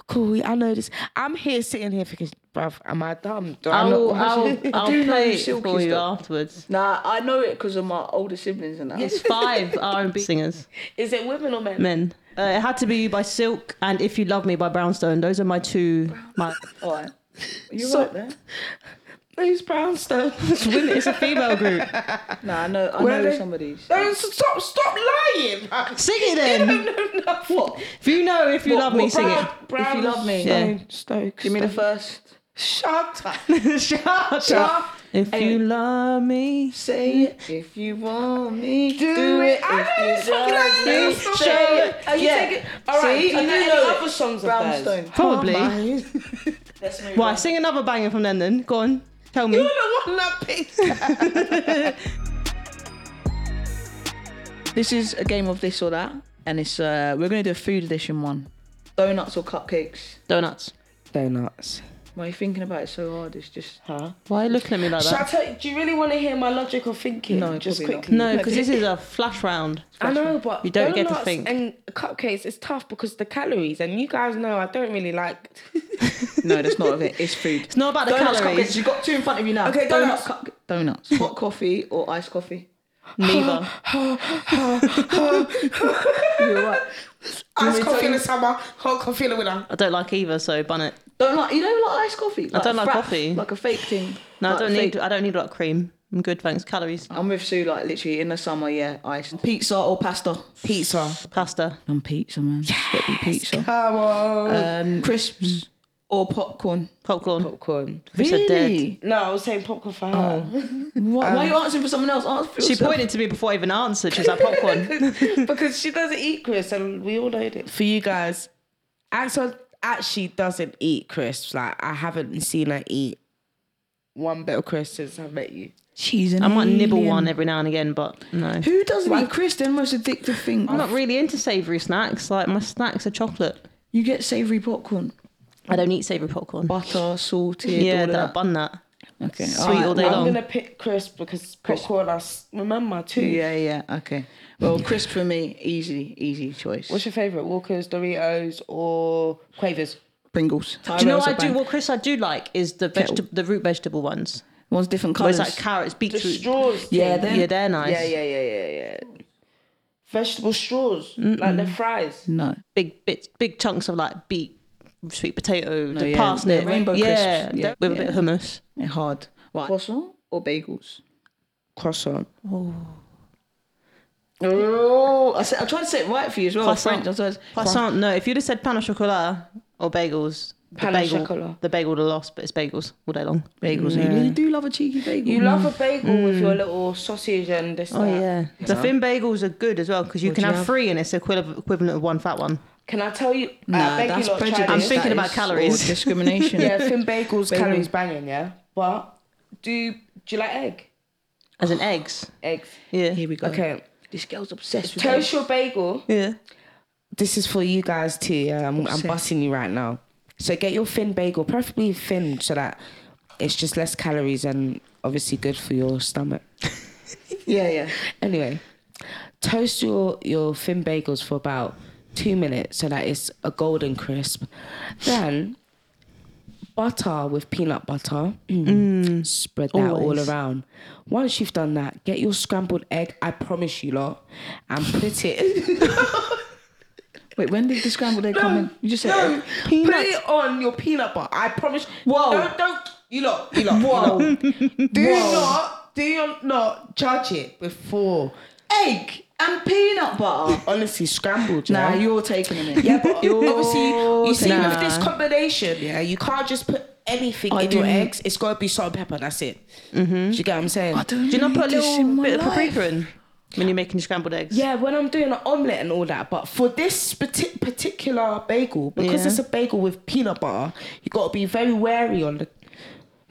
Speaker 1: cool, I know this. I'm here sitting here thinking, bruv, am I dumb? Do I
Speaker 2: I'll,
Speaker 1: not
Speaker 2: I'll,
Speaker 1: watch-
Speaker 2: I'll
Speaker 3: Do know
Speaker 2: play
Speaker 3: you
Speaker 2: it
Speaker 3: silky
Speaker 2: for you
Speaker 3: stuff.
Speaker 2: afterwards.
Speaker 3: Nah, I know it because of my older siblings and that.
Speaker 2: It's five R&B singers,
Speaker 1: Is it women or men?
Speaker 2: men. Uh, it had to be by Silk and If You Love Me by Brownstone. Those are my two. My,
Speaker 3: All right. You're
Speaker 1: So-
Speaker 3: right there.
Speaker 1: Those brownstones.
Speaker 2: it's a female group.
Speaker 3: Nah, I know. I
Speaker 1: Where
Speaker 3: know
Speaker 1: they-
Speaker 3: some of these.
Speaker 1: Don't stop, stop lying. bruv.
Speaker 2: Sing it then.
Speaker 1: No, no, what?
Speaker 2: If you know, if you love me, sing it.
Speaker 3: If You Love Me.
Speaker 2: Yeah.
Speaker 1: Stoke.
Speaker 3: Give me the first.
Speaker 1: Shut up.
Speaker 2: Shut
Speaker 1: up.
Speaker 2: If you love me,
Speaker 3: Say it if you want me. Do, Ah,
Speaker 1: it. I know this
Speaker 3: If you
Speaker 1: fucking
Speaker 3: love
Speaker 1: line.
Speaker 3: me,
Speaker 1: It's not
Speaker 3: say
Speaker 1: bad.
Speaker 3: Oh, it.
Speaker 1: Are you
Speaker 3: Yeah.
Speaker 1: taking- All right,
Speaker 3: See,
Speaker 1: do you
Speaker 3: I
Speaker 1: know any
Speaker 3: know it.
Speaker 1: other songs of theirs?
Speaker 3: Brownstone. Oh,
Speaker 2: probably.
Speaker 3: Let's move
Speaker 2: Why?
Speaker 3: on.
Speaker 2: Sing another banger from them then. Go on. Tell me.
Speaker 1: You're the one that picked
Speaker 3: This is a game of this or that, and it's uh, we're gonna do a food edition one. Donuts or cupcakes.
Speaker 2: Donuts.
Speaker 1: donuts.
Speaker 3: Why are you thinking about it so hard? It's just
Speaker 1: Huh?
Speaker 2: Why are you looking at me like
Speaker 1: Shall I
Speaker 2: that?
Speaker 1: tell you, do you really want to hear my logical thinking?
Speaker 3: No,
Speaker 1: just
Speaker 3: probably not.
Speaker 1: quickly.
Speaker 2: No, because this is a flash round.
Speaker 1: I know, but
Speaker 2: You don't get to
Speaker 1: donuts
Speaker 2: think.
Speaker 1: And cupcakes, it's tough because the calories, and you guys know I don't really like.
Speaker 3: no. That's not it. It's food.
Speaker 2: It's not about the
Speaker 3: donuts,
Speaker 2: calories.
Speaker 3: cupcakes. You got two in front of you now.
Speaker 1: Okay,
Speaker 3: Donuts,
Speaker 1: donuts.
Speaker 3: cupca- donuts. Hot coffee or iced coffee?
Speaker 2: Neither.
Speaker 3: You're right.
Speaker 1: Ice
Speaker 3: me to
Speaker 1: coffee in
Speaker 3: tell
Speaker 1: the summer, hot coffee in the winter.
Speaker 2: I don't like either, so bun it.
Speaker 3: Don't like. You don't like iced coffee.
Speaker 2: don't
Speaker 3: a
Speaker 2: like
Speaker 3: frapp,
Speaker 2: coffee.
Speaker 3: Like a fake thing.
Speaker 2: No,
Speaker 3: Like
Speaker 2: I don't
Speaker 3: fake-
Speaker 2: need. I don't need a lot of cream. I'm good, thanks. Calories.
Speaker 3: I'm with Sue. Like literally in the summer, yeah, ice. Pizza or pasta?
Speaker 1: Pizza.
Speaker 2: Pasta.
Speaker 3: I'm pizza, man. Yes. pizza.
Speaker 1: Come on.
Speaker 3: Um, crisps or popcorn?
Speaker 2: Popcorn.
Speaker 1: popcorn.
Speaker 2: Fish are dead.
Speaker 1: No, I was saying popcorn for
Speaker 3: Oh.
Speaker 1: her.
Speaker 3: Why, why are you answering for someone else? Answer for
Speaker 2: She
Speaker 3: yourself.
Speaker 2: pointed to me before I even answered. She's like popcorn.
Speaker 1: because she doesn't eat crisps, and we all know this. For you guys, Axel actually doesn't eat crisps. Like I haven't seen her eat one bit of crisps since I met you.
Speaker 3: She's an
Speaker 2: I might nibble
Speaker 3: alien.
Speaker 2: one every now and again, but no.
Speaker 3: Who doesn't eat crisps? They're the most addictive thing.
Speaker 2: I'm not really into savoury snacks. Like my snacks are chocolate.
Speaker 3: You get savoury popcorn,
Speaker 2: I don't eat savoury popcorn.
Speaker 3: butter, salted,
Speaker 2: Yeah,
Speaker 3: all of
Speaker 2: that,
Speaker 3: that.
Speaker 2: bun that.
Speaker 3: Okay,
Speaker 2: Sweet all day
Speaker 1: I'm
Speaker 2: long.
Speaker 1: gonna pick crisps because popcorn. I s- remember too.
Speaker 3: Yeah, yeah, okay. Well, crisp for me, easy, easy choice.
Speaker 1: What's your favorite? Walkers, Doritos, or Quavers?
Speaker 3: Pringles?
Speaker 2: Do you know what I do? What Chris I do like is the vegeta- the root vegetable ones.
Speaker 3: One's different
Speaker 2: Where
Speaker 3: colours.
Speaker 2: it's like carrots,
Speaker 1: The
Speaker 2: beetroot.
Speaker 1: straws.
Speaker 3: yeah,
Speaker 1: thing.
Speaker 3: they're,
Speaker 2: yeah, they're nice.
Speaker 1: yeah, yeah, yeah, yeah, yeah. Vegetable straws, like the fries.
Speaker 3: no.
Speaker 2: Big bits, big chunks of like beet, sweet
Speaker 1: Oh,
Speaker 2: potato, the
Speaker 3: yeah,
Speaker 2: parsnip,
Speaker 3: the rainbow
Speaker 2: yeah,
Speaker 3: crisps.
Speaker 2: yeah,
Speaker 3: Yeah,
Speaker 2: with a
Speaker 3: yeah.
Speaker 2: bit of hummus.
Speaker 3: They're hard. What? Croissant or bagels?
Speaker 1: Croissant.
Speaker 3: Oh, I, said, I tried to say it right for you as well.
Speaker 2: Croissant.
Speaker 3: French. I was-
Speaker 2: Croissant. No, if you'd have said pan au chocolat or bagels,
Speaker 1: Pan
Speaker 2: the
Speaker 1: au
Speaker 2: bagel,
Speaker 1: chocolat. Mm.
Speaker 2: the bagel would have lost, but it's bagels all day long.
Speaker 3: Bagels. You do love a cheeky bagel.
Speaker 1: You love a bagel with your little sausage and this.
Speaker 2: Mm. Oh
Speaker 1: that.
Speaker 2: yeah, the thin bagels are good as well because you can
Speaker 3: do you
Speaker 2: have,
Speaker 3: have?
Speaker 2: three and it's equivalent equivalent of one fat one.
Speaker 1: Can I tell you?
Speaker 3: Mm. Nah,
Speaker 1: I beg
Speaker 3: that's
Speaker 1: you lot, try
Speaker 3: prejudice.
Speaker 2: I'm
Speaker 1: this.
Speaker 2: thinking
Speaker 3: That
Speaker 2: about
Speaker 3: is-
Speaker 2: calories.
Speaker 3: or discrimination.
Speaker 1: yeah, thin bagels,
Speaker 3: Bagel.
Speaker 1: calories banging, yeah. But do do you like egg?
Speaker 2: As
Speaker 1: Oh.
Speaker 2: in eggs.
Speaker 1: Eggs.
Speaker 2: Yeah.
Speaker 3: Here we go.
Speaker 1: Okay.
Speaker 3: This girl's obsessed with
Speaker 1: Toast your bagel. Oh,
Speaker 2: Yeah.
Speaker 1: This is for you guys too. Yeah, I'm, I'm busting you right now. So get your thin bagel, preferably thin, so that it's just less calories and obviously good for your stomach.
Speaker 3: Yeah, yeah.
Speaker 1: Anyway, toast your your thin bagels for about two minutes so that it's a golden crisp. Then butter with peanut butter. Mm. Spread that all
Speaker 2: Always.
Speaker 1: around. Once you've done that, get your scrambled egg. I promise you, lot, and put it.
Speaker 3: Wait, when did the scrambled egg come in? You just said
Speaker 1: no,
Speaker 3: egg.
Speaker 1: put it on your peanut butter. I promise.
Speaker 3: Whoa.
Speaker 1: Don't, don't. You lot, you lot. Whoa. Do not, do not judge it before.
Speaker 3: egg and peanut butter.
Speaker 1: Honestly, scrambled.
Speaker 3: nah,
Speaker 1: yeah.
Speaker 3: you're taking a minute.
Speaker 1: Yeah, but obviously, you see,
Speaker 2: taking-
Speaker 1: with this combination, yeah, you can't just put anything
Speaker 3: I
Speaker 1: in your
Speaker 3: do-
Speaker 1: eggs. It's got to be salt and pepper. That's it. Do you get what I'm saying?
Speaker 2: Do you not put a little bit of paprika in when you're making your scrambled eggs?
Speaker 1: Yeah, when I'm doing an omelette and all that, but for this parti- particular bagel, because
Speaker 2: Yeah.
Speaker 1: it's a bagel with peanut butter, you got to be very wary on the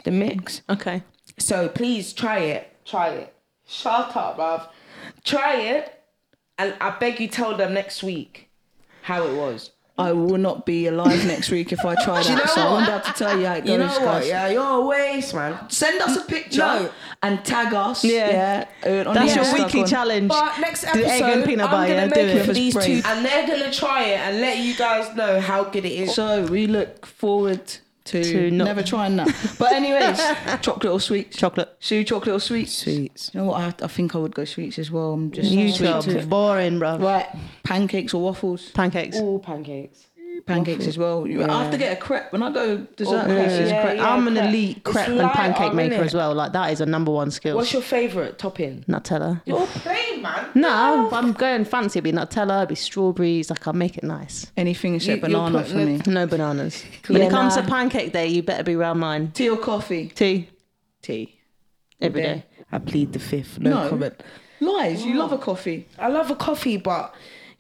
Speaker 1: the mix.
Speaker 2: Okay.
Speaker 1: So please try it. Try it. Shut up, bruv. Try it, and I beg you, tell them next week how it was.
Speaker 3: I will not be alive next week if I try that.
Speaker 1: you know
Speaker 3: so I
Speaker 1: what?
Speaker 3: won't be able to tell you how it goes.
Speaker 1: You know what?
Speaker 3: guys.
Speaker 1: Yeah, you're a waste, man.
Speaker 3: Send us a picture
Speaker 1: No.
Speaker 3: and tag us.
Speaker 2: Yeah. That's
Speaker 1: Oh, Yeah.
Speaker 2: your weekly
Speaker 3: challenge.
Speaker 2: challenge.
Speaker 1: But next
Speaker 2: Do
Speaker 1: episode,
Speaker 2: egg and peanut butter,
Speaker 1: I'm
Speaker 2: yeah,
Speaker 1: gonna
Speaker 2: do
Speaker 1: make
Speaker 2: it.
Speaker 1: it for these
Speaker 3: Brain.
Speaker 1: two, and they're gonna try it and let you guys know how good it is.
Speaker 3: So we look forward to,
Speaker 2: To not-
Speaker 3: never trying that. But anyways, chocolate or sweets?
Speaker 2: Chocolate.
Speaker 3: Sue, chocolate or sweets?
Speaker 1: Sweets.
Speaker 3: You know what? I, I think I would go sweets as well. I'm just
Speaker 2: You
Speaker 3: sweet
Speaker 2: job.
Speaker 3: tooth.
Speaker 2: Boring, bro.
Speaker 3: Right, pancakes or waffles?
Speaker 2: Pancakes.
Speaker 1: All Oh, pancakes.
Speaker 3: Pancakes as well. You- I have to get a crepe when I go dessert.
Speaker 1: Yeah.
Speaker 3: places,
Speaker 1: Yeah,
Speaker 3: crepe.
Speaker 1: yeah.
Speaker 2: I'm an
Speaker 1: crepe.
Speaker 2: elite
Speaker 1: It's
Speaker 2: crepe and
Speaker 1: light
Speaker 2: pancake
Speaker 1: on,
Speaker 2: maker
Speaker 1: innit?
Speaker 2: as well. Like that is a number one skill.
Speaker 1: What's your favourite topping?
Speaker 2: Nutella.
Speaker 1: You're plain, man.
Speaker 2: No, I'm going fancy. It'd be Nutella, it'd be strawberries. Like I'll make it nice.
Speaker 3: Anything except
Speaker 1: You- you're
Speaker 3: banana for
Speaker 1: putting
Speaker 3: me.
Speaker 2: No bananas. When
Speaker 3: Yeah,
Speaker 2: it comes
Speaker 3: nah.
Speaker 2: to pancake day, you better be round mine.
Speaker 3: Tea or coffee?
Speaker 2: Tea
Speaker 3: Tea.
Speaker 2: every day.
Speaker 1: I plead the fifth. No,
Speaker 3: No.
Speaker 1: comment.
Speaker 3: Lies, you love a coffee.
Speaker 1: I love a coffee, but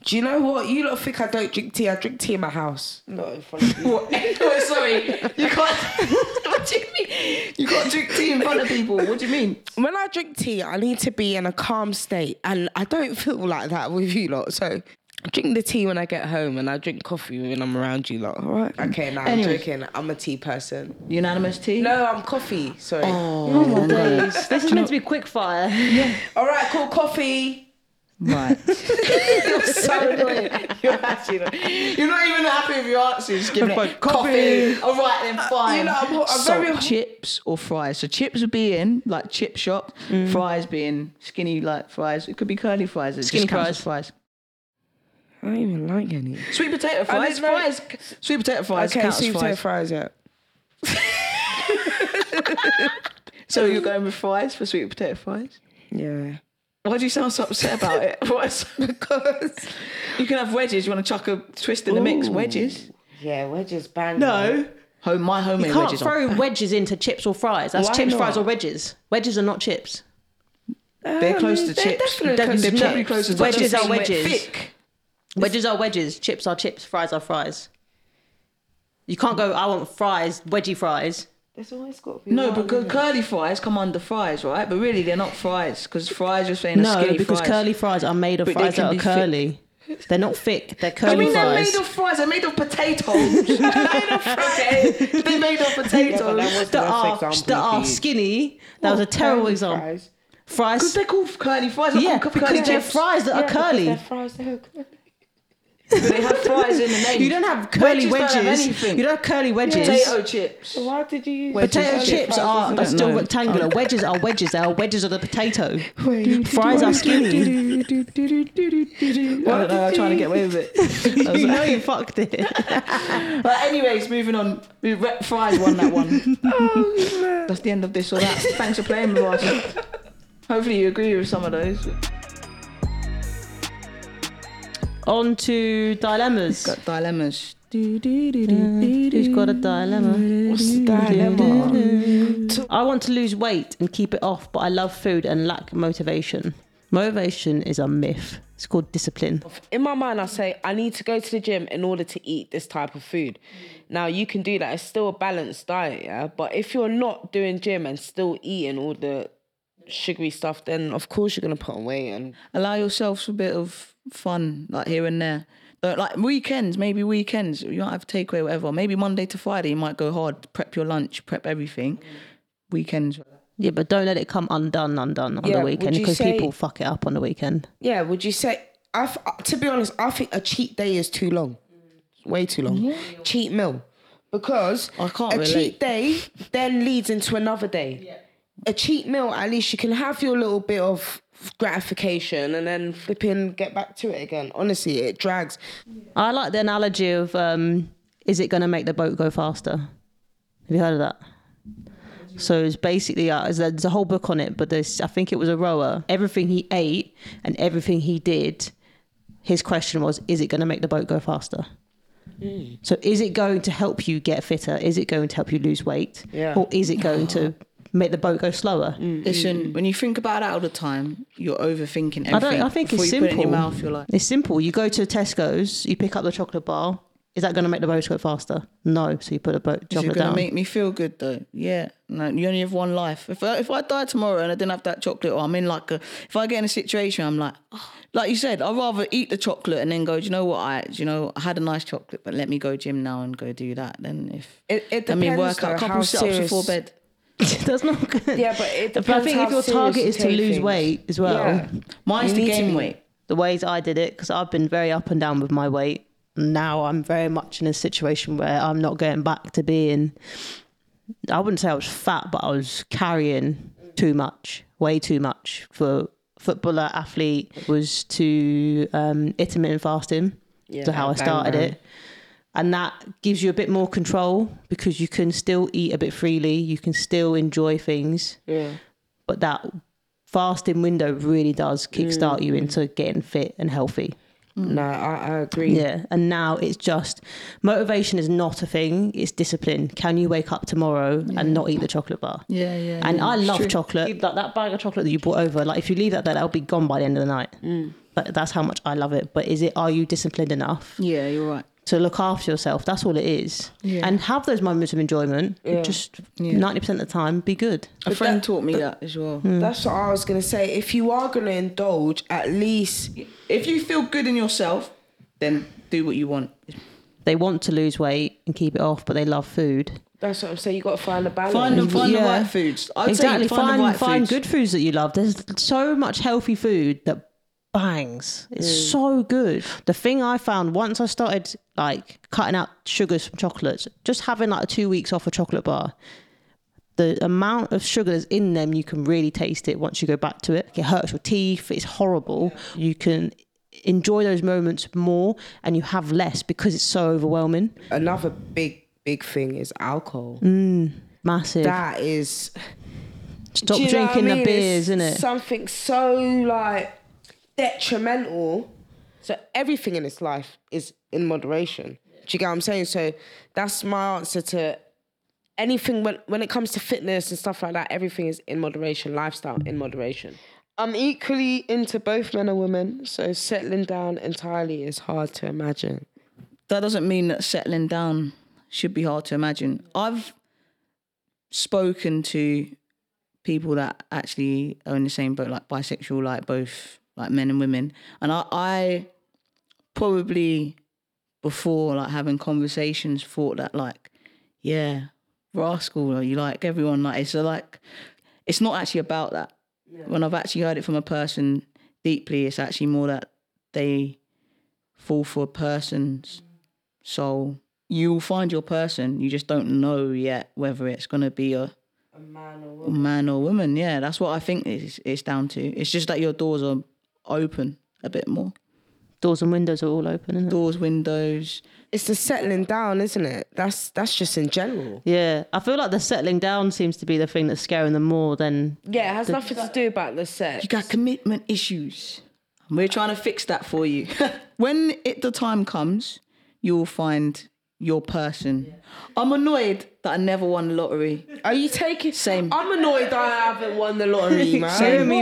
Speaker 1: do you know what? You lot think I don't drink tea. I drink tea in my house. Not in front of you.
Speaker 3: What? Oh, sorry, you can't. what do you mean? You can't drink tea in front of people. What do you mean?
Speaker 1: When I drink tea, I need to be in a calm state, and I don't feel like that with you lot. So. I drink the tea when I get home, and I drink coffee when I'm around you lot. All right. Okay, now I'm
Speaker 3: Anyway.
Speaker 1: joking. I'm a tea person.
Speaker 3: Unanimous tea?
Speaker 1: No, I'm coffee. Sorry.
Speaker 3: Oh, my God.
Speaker 2: This is meant to be quick fire. Yeah.
Speaker 1: All right, cool. Coffee.
Speaker 3: Right.
Speaker 1: You're so annoying. You're actually not.
Speaker 3: You're not even happy with your answers. Giving it coffee.
Speaker 1: Coffee. Uh,
Speaker 3: All right, then fine.
Speaker 1: you know, I'm- I'm
Speaker 3: Salt,
Speaker 1: very-
Speaker 3: chips or fries. So chips would be in like chip shop. Fries being skinny like fries. It could be curly fries. It just
Speaker 2: Skinny
Speaker 3: counts as fries.
Speaker 1: I don't even like any.
Speaker 3: Sweet potato fries.
Speaker 1: didn't know-
Speaker 3: Fries. Sweet potato fries.
Speaker 1: Okay,
Speaker 3: counts as
Speaker 1: sweet potato
Speaker 3: fries.
Speaker 1: fries. Yeah.
Speaker 3: So you're going with fries for sweet potato fries.
Speaker 1: Yeah.
Speaker 3: Why do you sound so upset about it? What's- because you can have wedges. You want to chuck a twist in the mix? Wedges.
Speaker 1: Yeah, we're just banging.
Speaker 3: Home, my homemade
Speaker 2: You can't
Speaker 3: wedges. are
Speaker 2: throw wedges into chips or fries. That's
Speaker 1: Why
Speaker 2: chips,
Speaker 1: not?
Speaker 2: fries, or wedges. Wedges are not chips.
Speaker 3: They're close to
Speaker 1: they're
Speaker 3: chips.
Speaker 1: definitely
Speaker 3: They're
Speaker 1: close to chips.
Speaker 3: probably closer to
Speaker 2: Wedges
Speaker 3: chips.
Speaker 2: are wedges.
Speaker 3: Thick.
Speaker 2: Wedges are wedges. Chips are chips. Fries are fries. You can't go. I want fries, wedgie fries.
Speaker 1: There's always got to be.
Speaker 3: No,
Speaker 1: one,
Speaker 3: but
Speaker 1: innit?
Speaker 3: curly fries come under fries, right? But really, they're not fries because fries you're saying are
Speaker 2: No,
Speaker 3: skinny
Speaker 2: because
Speaker 3: fries.
Speaker 2: curly fries are made of
Speaker 3: But they
Speaker 2: fries
Speaker 3: can
Speaker 2: that are
Speaker 3: be
Speaker 2: curly. They're not thick. They're curly
Speaker 3: I mean, they're
Speaker 2: fries.
Speaker 3: made of fries. They're made of potatoes. they're made of fries. They're made
Speaker 1: Yeah,
Speaker 3: of
Speaker 1: but that
Speaker 3: potatoes.
Speaker 1: was the
Speaker 2: that
Speaker 1: best
Speaker 2: are
Speaker 1: example
Speaker 2: that
Speaker 1: you
Speaker 2: are
Speaker 1: could use.
Speaker 2: skinny. That was a terrible
Speaker 1: Curly
Speaker 2: example.
Speaker 1: fries.
Speaker 2: Fries.
Speaker 3: Because they're called curly fries. They're
Speaker 2: yeah,
Speaker 3: called curly
Speaker 2: because they're
Speaker 3: chips.
Speaker 2: fries that are
Speaker 1: Yeah, because
Speaker 2: curly.
Speaker 1: They're fries. They're curly.
Speaker 3: they have fries in the name.
Speaker 2: You don't have curly wedges.
Speaker 3: Wedges don't have anything.
Speaker 2: you don't have curly wedges.
Speaker 3: potato chips.
Speaker 1: Why did you use
Speaker 2: Potato
Speaker 3: Wedges.
Speaker 2: chips are,
Speaker 3: I
Speaker 2: are
Speaker 3: don't
Speaker 2: still
Speaker 3: know.
Speaker 2: rectangular. Wedges are wedges. They are wedges of the potato. Fries are skinny.
Speaker 3: I don't know. I'm trying to get away with it.
Speaker 2: you know you fucked it.
Speaker 3: But anyways, moving on. We Rep Fries won that one. That's the end of this or that. Thanks for playing with us. Hopefully you agree with some of those.
Speaker 2: On to dilemmas.
Speaker 3: Got dilemmas.
Speaker 2: Who's got a dilemma?
Speaker 1: What's the dilemma?
Speaker 2: I want to lose weight and keep it off, but I love food and lack motivation. Motivation is a myth. It's called discipline.
Speaker 1: In my mind, I say I need to go to the gym in order to eat this type of food. Now you can do that. It's still a balanced diet, yeah. But if you're not doing gym and still eating all the sugary stuff, then of course you're gonna put on weight. And
Speaker 3: Allow yourselves a bit of fun, like here and there. Don't- Like weekends, maybe weekends. You might have takeaway, whatever. Maybe Monday to Friday, you might go hard. Prep your lunch, prep everything. Weekends.
Speaker 2: Yeah, but don't let it come undone, undone on
Speaker 1: Yeah,
Speaker 2: the
Speaker 1: would
Speaker 2: weekend
Speaker 1: you
Speaker 2: because
Speaker 1: say-
Speaker 2: people fuck it up on the weekend.
Speaker 1: yeah, would you say? I f- uh, to be honest, I think a cheat day is too long, way too long. Cheat meal, because
Speaker 3: I can't
Speaker 1: a
Speaker 3: relate.
Speaker 1: cheat day then leads into another day. A cheat meal, at least you can have your little bit of gratification and then flipping get back to it again. Honestly, it drags.
Speaker 2: I like the analogy of um, is it going to make the boat go faster? Have you heard of that? So it's basically uh, there's a- there's a whole book on it, but there's I think it was a rower. Everything he ate and everything he did, his question was, is it going to make the boat go faster?
Speaker 3: Hmm.
Speaker 2: So is it going to help you get fitter? Is it going to help you lose weight?
Speaker 1: Yeah.
Speaker 2: Or is it going to make the boat go slower?
Speaker 3: Hmm. Listen, when you think about it all the time, you're overthinking everything.
Speaker 2: I don't. I think
Speaker 3: Before
Speaker 2: it's
Speaker 3: you
Speaker 2: simple.
Speaker 3: put it in your mouth, you're like,
Speaker 2: it's simple. You go to Tesco's, you pick up the chocolate bar, Is that going to make the boat go faster? No. So you put a boat
Speaker 3: Is it
Speaker 2: chocolate
Speaker 3: gonna
Speaker 2: down.
Speaker 3: make me feel good though? Yeah. No, you only have one life. If I, if I die tomorrow and I didn't have that chocolate, or I'm in like a, if I get in a situation, I'm like, "Oh." like you said, I'd rather eat the chocolate and then go. Do you know what? I, do you know, I had a nice chocolate, but let me go gym now and go do that. Then if
Speaker 1: It- it
Speaker 3: I mean,
Speaker 1: depends,
Speaker 3: work out a
Speaker 1: though,
Speaker 3: couple
Speaker 1: how
Speaker 3: sit ups before
Speaker 1: serious-
Speaker 3: bed.
Speaker 2: That's not good.
Speaker 1: Yeah, but it
Speaker 2: I
Speaker 1: depends
Speaker 2: think
Speaker 1: how
Speaker 2: if your
Speaker 1: serious
Speaker 2: target
Speaker 1: you
Speaker 2: is to
Speaker 1: take
Speaker 2: lose
Speaker 1: things.
Speaker 2: weight as well,
Speaker 1: Yeah.
Speaker 3: Mine's
Speaker 1: You
Speaker 3: to
Speaker 1: need to
Speaker 3: gain
Speaker 1: be-
Speaker 3: weight.
Speaker 2: the ways I did it because I've been very up and down with my weight. Now I'm very much in a situation where I'm not going back to being. I wouldn't say I was fat, but I was carrying too much, way too much for footballer athlete. Was to um, intermittent fasting,
Speaker 1: Yeah,
Speaker 2: to how I
Speaker 1: bang,
Speaker 2: started
Speaker 1: bang.
Speaker 2: it, and that gives you a bit more control because you can still eat a bit freely, you can still enjoy things
Speaker 1: Yeah.
Speaker 2: but that fasting window really does kickstart you into getting fit and healthy.
Speaker 1: No, I, I agree.
Speaker 2: Yeah. And now it's just motivation is not a thing, it's discipline. Can you wake up tomorrow and not eat the chocolate bar?
Speaker 3: Yeah, yeah.
Speaker 2: And
Speaker 3: yeah.
Speaker 2: I
Speaker 3: It's
Speaker 2: love
Speaker 3: true.
Speaker 2: chocolate. Like that bag of chocolate that you brought over, like if you leave that there, that'll be gone by the end of the night. But that's how much I love it. But is it are you disciplined enough
Speaker 3: Yeah, you're right.
Speaker 2: to look after yourself? That's all it is.
Speaker 3: Yeah.
Speaker 2: And have those moments of enjoyment.
Speaker 1: Yeah.
Speaker 2: Just
Speaker 3: Yeah.
Speaker 2: ninety percent of the time be good.
Speaker 3: A friend taught me that as well.
Speaker 1: That's what I was gonna say. If you are gonna indulge, at least
Speaker 3: If you feel good in yourself, then do what you want.
Speaker 2: They want to lose weight and keep it off, but they love food.
Speaker 1: that's what I'm saying. You got to find a balance.
Speaker 3: Find the, find the
Speaker 2: Yeah.
Speaker 3: right foods. I'd
Speaker 2: exactly.
Speaker 3: say find,
Speaker 2: Find
Speaker 3: the right
Speaker 2: find
Speaker 3: foods.
Speaker 2: good foods that you love. There's so much healthy food that bangs. It's
Speaker 1: Mm.
Speaker 2: so good. The thing I found once I started like cutting out sugars from chocolates, just having like two weeks off a chocolate bar. The amount of sugar that's in them, you can really taste it once you go back to it. It hurts your teeth. It's horrible. You can enjoy those moments more, and you have less because it's so overwhelming.
Speaker 1: Another big big thing is alcohol.
Speaker 3: Hmm.
Speaker 2: Massive.
Speaker 1: That is
Speaker 2: Stop
Speaker 1: Do you know what I
Speaker 2: drinking the
Speaker 1: mean?
Speaker 2: beers,
Speaker 1: It's
Speaker 2: innit?
Speaker 1: Something so like detrimental. So everything in this life is in moderation. Do you get what I'm saying? So that's my answer to anything when when it comes to fitness and stuff like that. Everything is in moderation. Lifestyle in moderation. I'm equally into both men and women, so settling down entirely is hard to imagine.
Speaker 3: that doesn't mean that settling down should be hard to imagine. I've spoken to people that actually are in the same boat, like bisexual, like both like men and women, and I, I probably before like having conversations thought that like, yeah, rascal, like, you like everyone like it's a, like it's not actually about that. When I've actually heard it from a person deeply, it's actually more that they fall for a person's so you'll find your person. You just don't know yet whether it's gonna be a man or woman. Yeah, that's what I think it's, it's down to. It's just that your doors are open a bit more.
Speaker 2: Doors and windows are all open, isn't it?
Speaker 3: Doors, windows.
Speaker 1: It's the settling down, isn't it? That's that's just in general.
Speaker 2: Yeah, I feel like the settling down seems to be the thing that's scaring them more than
Speaker 1: Yeah, it has nothing to do about the sex.
Speaker 3: You got commitment issues. We're trying to fix that for you. when it the time comes, you'll find your person. I'm annoyed that I never won the lottery.
Speaker 1: Are you taking
Speaker 3: Same.
Speaker 1: I'm annoyed that I haven't won the lottery, man.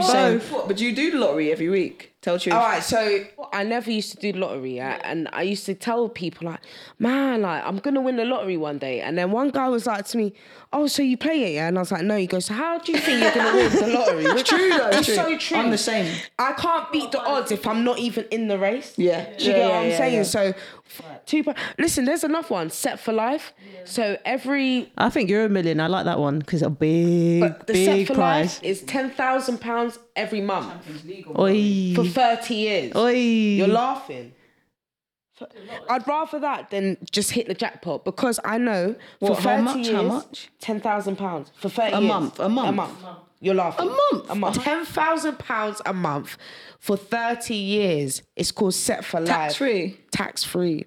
Speaker 3: Same. But you do the lottery every week. Tell truth.
Speaker 1: All right, so I never used to do the lottery, yeah? and I used to tell people like, "Man, like I'm gonna win the lottery one day." And then one guy was like to me, "Oh, so you play it, yeah?" And I was like, "No." He goes, "So how do you think you're gonna win the lottery?" Which
Speaker 3: True though.
Speaker 1: It's
Speaker 3: true.
Speaker 1: so true.
Speaker 3: I'm the same.
Speaker 1: I can't beat the odds if I'm not even in the race.
Speaker 3: Yeah.
Speaker 1: Do you
Speaker 3: Yeah,
Speaker 1: get
Speaker 3: yeah,
Speaker 1: what I'm
Speaker 3: yeah,
Speaker 1: saying?
Speaker 3: yeah.
Speaker 1: So, f- two. pa- Listen, there's another one, set for life. So every
Speaker 2: I think you're a million. I like that one because a big,
Speaker 1: but the set
Speaker 2: big
Speaker 1: for
Speaker 2: prize.
Speaker 1: life is ten thousand pounds every month
Speaker 2: Oi,
Speaker 1: for thirty years.
Speaker 2: oi.
Speaker 1: You're
Speaker 3: Mm.
Speaker 1: laughing. I'd rather that than just hit the jackpot because I know
Speaker 3: What,
Speaker 1: for
Speaker 3: how
Speaker 1: 30
Speaker 3: much,
Speaker 1: years,
Speaker 3: how much?
Speaker 1: ten thousand pounds for thirty
Speaker 3: A
Speaker 1: years.
Speaker 3: month, a month.
Speaker 1: a month. You're laughing.
Speaker 3: A month?
Speaker 1: a month. Ten thousand pounds a month for thirty years. It's called set for life.
Speaker 3: Tax free.
Speaker 1: Tax free.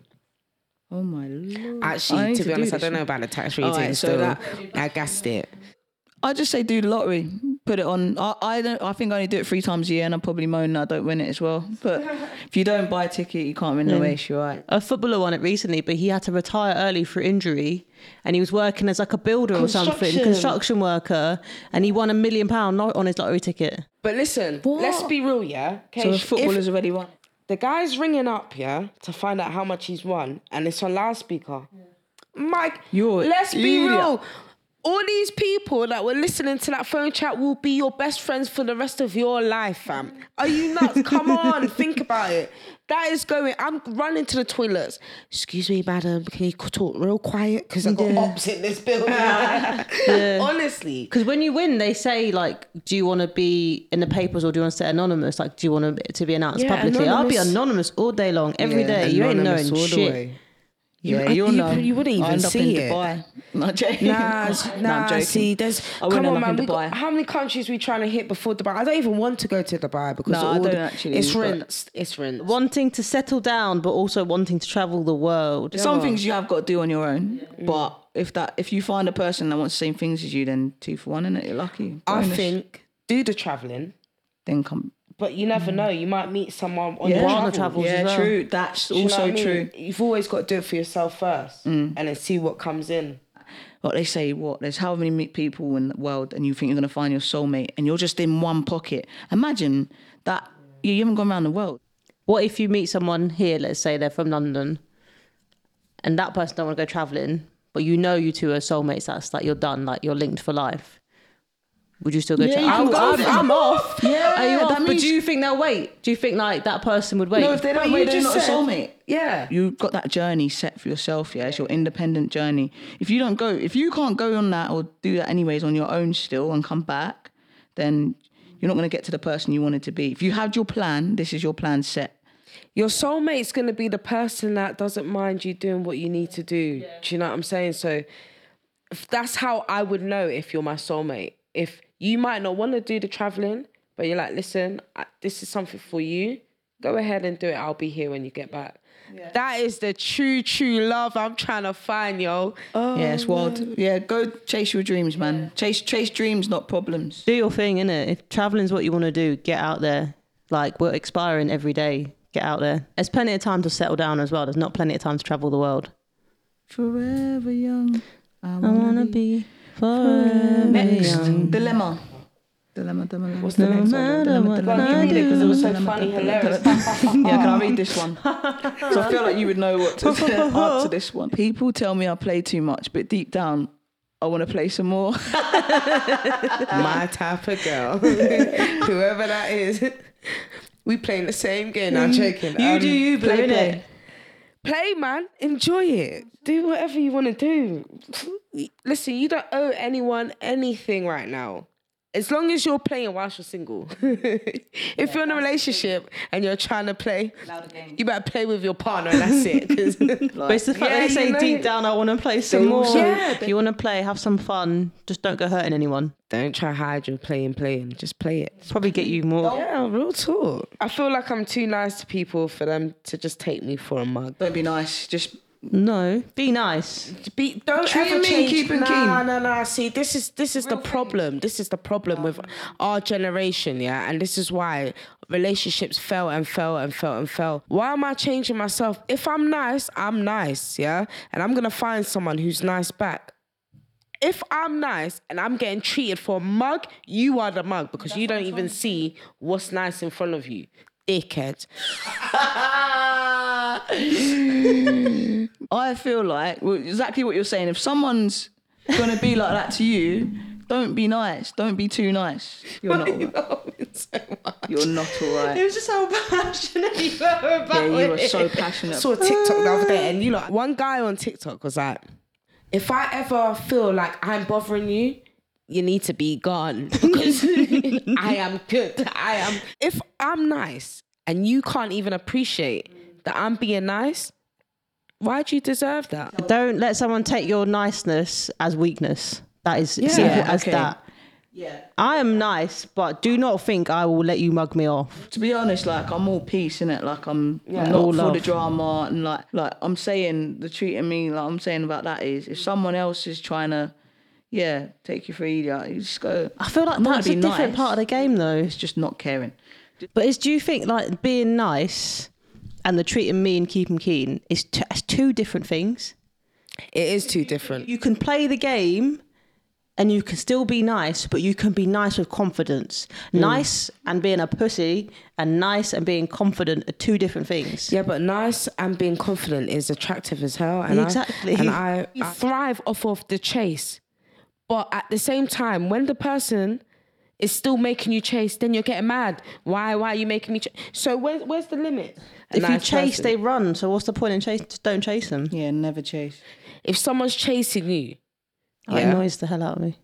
Speaker 3: Oh my lord. I
Speaker 1: Actually,
Speaker 3: need
Speaker 1: to be
Speaker 3: do
Speaker 1: honest, I
Speaker 3: this.
Speaker 1: don't know about the tax free
Speaker 3: All right,
Speaker 1: thing.
Speaker 3: so
Speaker 1: still,
Speaker 3: that-
Speaker 1: I gassed it.
Speaker 3: I just say do the lottery. Put it on. I, I don't. I think I only do it three times a year, and I probably moan that I don't win it as well. But if you don't buy a ticket, you can't win the race. You're right.
Speaker 2: A footballer won it recently, but he had to retire early for injury, and he was working as like a builder or something,
Speaker 1: Construction.
Speaker 2: construction worker, and he won a million pound lo- on his lottery ticket.
Speaker 1: But listen, let's be real, yeah.
Speaker 3: So
Speaker 1: Okay,
Speaker 3: the
Speaker 1: if-
Speaker 3: footballer's already won.
Speaker 1: The guy's ringing up, yeah, to find out how much he's won, and it's on loudspeaker. Mike,
Speaker 3: You're an
Speaker 1: let's be
Speaker 3: idiot.
Speaker 1: real. All these people that were listening to that phone chat will be your best friends for the rest of your life, fam. Are you nuts? Come on, think about it. That is going. I'm running to the toilets. Excuse me, madam. Can you talk real quiet? Because I got
Speaker 2: Yeah.
Speaker 1: ops in this building. Honestly,
Speaker 2: Because when you win, they say like, "Do you want to be in the papers or do you want to stay anonymous? Like, do you want to to be announced
Speaker 1: Yeah,
Speaker 2: publicly?" I'll be
Speaker 1: anonymous.
Speaker 2: anonymous all day long, every
Speaker 3: Yeah,
Speaker 2: day. You ain't
Speaker 1: Anonymous
Speaker 2: knowing
Speaker 1: all the
Speaker 2: shit.
Speaker 1: way.
Speaker 3: Yeah,
Speaker 1: I-
Speaker 3: you'll
Speaker 1: you-
Speaker 3: know.
Speaker 1: you wouldn't
Speaker 3: I'll
Speaker 1: even
Speaker 3: end up
Speaker 1: see
Speaker 3: in
Speaker 1: it.
Speaker 3: Dubai. Not joking.
Speaker 1: Nah, s-
Speaker 3: No, I'm
Speaker 1: nah.
Speaker 3: joking. Oh,
Speaker 1: see, there's
Speaker 3: I
Speaker 1: come
Speaker 3: wouldn't end
Speaker 1: on,
Speaker 3: up
Speaker 1: man.
Speaker 3: in
Speaker 1: We got,
Speaker 3: Dubai.
Speaker 1: how many countries we trying to hit before Dubai? I don't even want to go to Dubai because
Speaker 3: No,
Speaker 1: of
Speaker 3: I
Speaker 1: all the-
Speaker 3: don't actually,
Speaker 1: It's
Speaker 3: but-
Speaker 1: rinsed. It's rinsed.
Speaker 2: Wanting to settle down, but also wanting to travel the world.
Speaker 3: Some things you have got to do on your own, but if that if you find a person that wants the same things as you, then two for one, innit? You're lucky.
Speaker 1: I
Speaker 3: Bonus.
Speaker 1: think do the traveling,
Speaker 3: then come.
Speaker 1: but you never know. You might meet someone on
Speaker 3: Mm. Yeah.
Speaker 1: the
Speaker 3: Or on
Speaker 1: travel.
Speaker 2: the travels
Speaker 3: yeah,
Speaker 2: as well.
Speaker 3: true. That's
Speaker 1: Do you know
Speaker 3: also
Speaker 1: what I mean?
Speaker 3: true. Mm.
Speaker 1: You've always got to do it for yourself first, and then see what comes in.
Speaker 3: What they say, what there's how many me- people in the world, and you think you're gonna find your soulmate, and you're just in one pocket. Imagine that you you haven't gone around the world.
Speaker 2: What if you meet someone here? Let's say they're from London, and that person don't want to go traveling, but you know you two are soulmates. That's like you're done. Like you're linked for life. Would you still go?
Speaker 3: Yeah,
Speaker 2: tra-
Speaker 3: you can
Speaker 2: I'm,
Speaker 3: go
Speaker 2: I'm,
Speaker 3: then.
Speaker 2: I'm off.
Speaker 3: Yeah,
Speaker 2: Are you
Speaker 3: that
Speaker 2: off? but
Speaker 3: means-
Speaker 2: do you think they'll wait? Do you think like that person would wait?
Speaker 3: they
Speaker 1: But you just said-
Speaker 3: soulmate.
Speaker 1: Yeah,
Speaker 3: You've got that journey set for yourself, yeah. It's your independent journey. If you don't go, if you can't go on that or do that anyways on your own still and come back, then you're not going to get to the person you wanted to be. If you had your plan, this is your plan set.
Speaker 1: your soulmate's gonna be the person that doesn't mind you doing what you need to do. Do you know what I'm saying? So if that's how I would know if you're my soulmate. If you might not want to do the traveling, but you're like, listen, I, this is something for you. Go ahead and do it. I'll be here when you get back. That is the true, true love I'm trying to find, yo.
Speaker 3: yeah, it's wild. Yeah, go chase your dreams, man. Chase chase dreams, not problems.
Speaker 2: do your thing, innit? If traveling's what you want to do, get out there. Like we're expiring every day. Get out there. There's plenty of time to settle down as well. There's not plenty of time to travel the world.
Speaker 3: Forever young. I
Speaker 2: I
Speaker 3: wanna
Speaker 2: wanna be forever
Speaker 3: Next
Speaker 2: young.
Speaker 3: dilemma. Dilemma, dilemma. What's
Speaker 1: the next one?
Speaker 2: Dilemma, dilemma,
Speaker 1: Can't you read it because it was so funny, hilarious.
Speaker 3: yeah, can I read this one? So I feel like you would know what to to answer this one. People tell me I play too much, but deep down, I want to play some more.
Speaker 1: my type of girl, whoever that is. We playing the same game. I'm joking. Um,
Speaker 2: Mm. you,
Speaker 3: play, play.
Speaker 1: play, man. Enjoy it. Do whatever you want to do. Listen, you don't owe anyone anything right now. As long as you're playing whilst you're single. if you're in a relationship and you're trying to play, you better play with your partner and that's it. 'cause-
Speaker 2: But it's the fact
Speaker 1: Yeah,
Speaker 2: that they
Speaker 1: you
Speaker 2: say
Speaker 1: know-
Speaker 2: deep down, I want to play some more.
Speaker 1: also- Yeah,
Speaker 2: if you want to play, have some fun. Just don't go hurting anyone.
Speaker 1: don't try hide your playing, playing. Just play it.
Speaker 2: Probably get you more.
Speaker 1: Yeah, real talk. I feel like I'm too nice to people for them to just take me for a mug.
Speaker 3: Don't be nice. Just
Speaker 2: No, be nice.
Speaker 1: Be, don't
Speaker 3: Treat
Speaker 1: ever
Speaker 3: me,
Speaker 1: change.
Speaker 3: keep it
Speaker 1: nah,
Speaker 3: keen.
Speaker 1: nah, nah. See, this is this is the problem. This is the problem with our generation, yeah. And this is why relationships fail and fail and fail and fail. Why am I changing myself? If I'm nice, I'm nice, yeah. And I'm gonna find someone who's nice back. If I'm nice and I'm getting treated for a mug, you are the mug because you don't even see what's nice in front of you, dickhead.
Speaker 3: I feel like well, exactly what you're saying. If someone's gonna be like that to you, don't be nice. Don't be too nice. You're not. All right. You're not all right.
Speaker 2: was just how passionate you were about
Speaker 3: Yeah, you are so passionate.
Speaker 1: saw a TikTok the other day, and you know, one guy on TikTok was like, "If I ever feel like I'm bothering you, you need to be gone because I am good. I am. If I'm nice and you can't even appreciate that I'm being nice, why do you deserve that?
Speaker 2: Don't let someone take your niceness as weakness. That is simple
Speaker 3: Yeah,
Speaker 2: as
Speaker 3: okay.
Speaker 2: that. Yeah. I am nice, but do not think I will let you mug me off.
Speaker 3: to be honest, like I'm all peace in it. Like I'm, I'm not
Speaker 2: All
Speaker 3: for the
Speaker 2: love.
Speaker 3: drama and like like I'm saying the treating me like I'm saying about that is if someone else is trying to, yeah, take you for an idiot, you just go.
Speaker 2: I feel like
Speaker 3: I'm gonna
Speaker 2: that's
Speaker 3: be
Speaker 2: a different
Speaker 3: nice.
Speaker 2: part of the game, though.
Speaker 3: It's just not caring.
Speaker 2: But is, do you think like being nice and the treating me and keeping keen is t- is two different things?
Speaker 1: It is too different.
Speaker 2: You can play the game and you can still be nice, but you can be nice with confidence. Nice and being a pussy, and nice and being confident are two different things.
Speaker 1: Yeah, but nice and being confident is attractive as hell. And
Speaker 2: Exactly.
Speaker 1: I, and I, I thrive off of the chase. But at the same time, when the person is still making you chase, then you're getting mad. Why? Why are you making me chase? So where's where's the limit? A
Speaker 2: If you
Speaker 1: nice
Speaker 2: chase,
Speaker 1: person.
Speaker 2: they run. So what's the point in chase? Just don't chase them.
Speaker 3: Yeah, never chase.
Speaker 1: if someone's chasing you,
Speaker 2: That
Speaker 1: Yeah.
Speaker 2: annoys the hell out of me.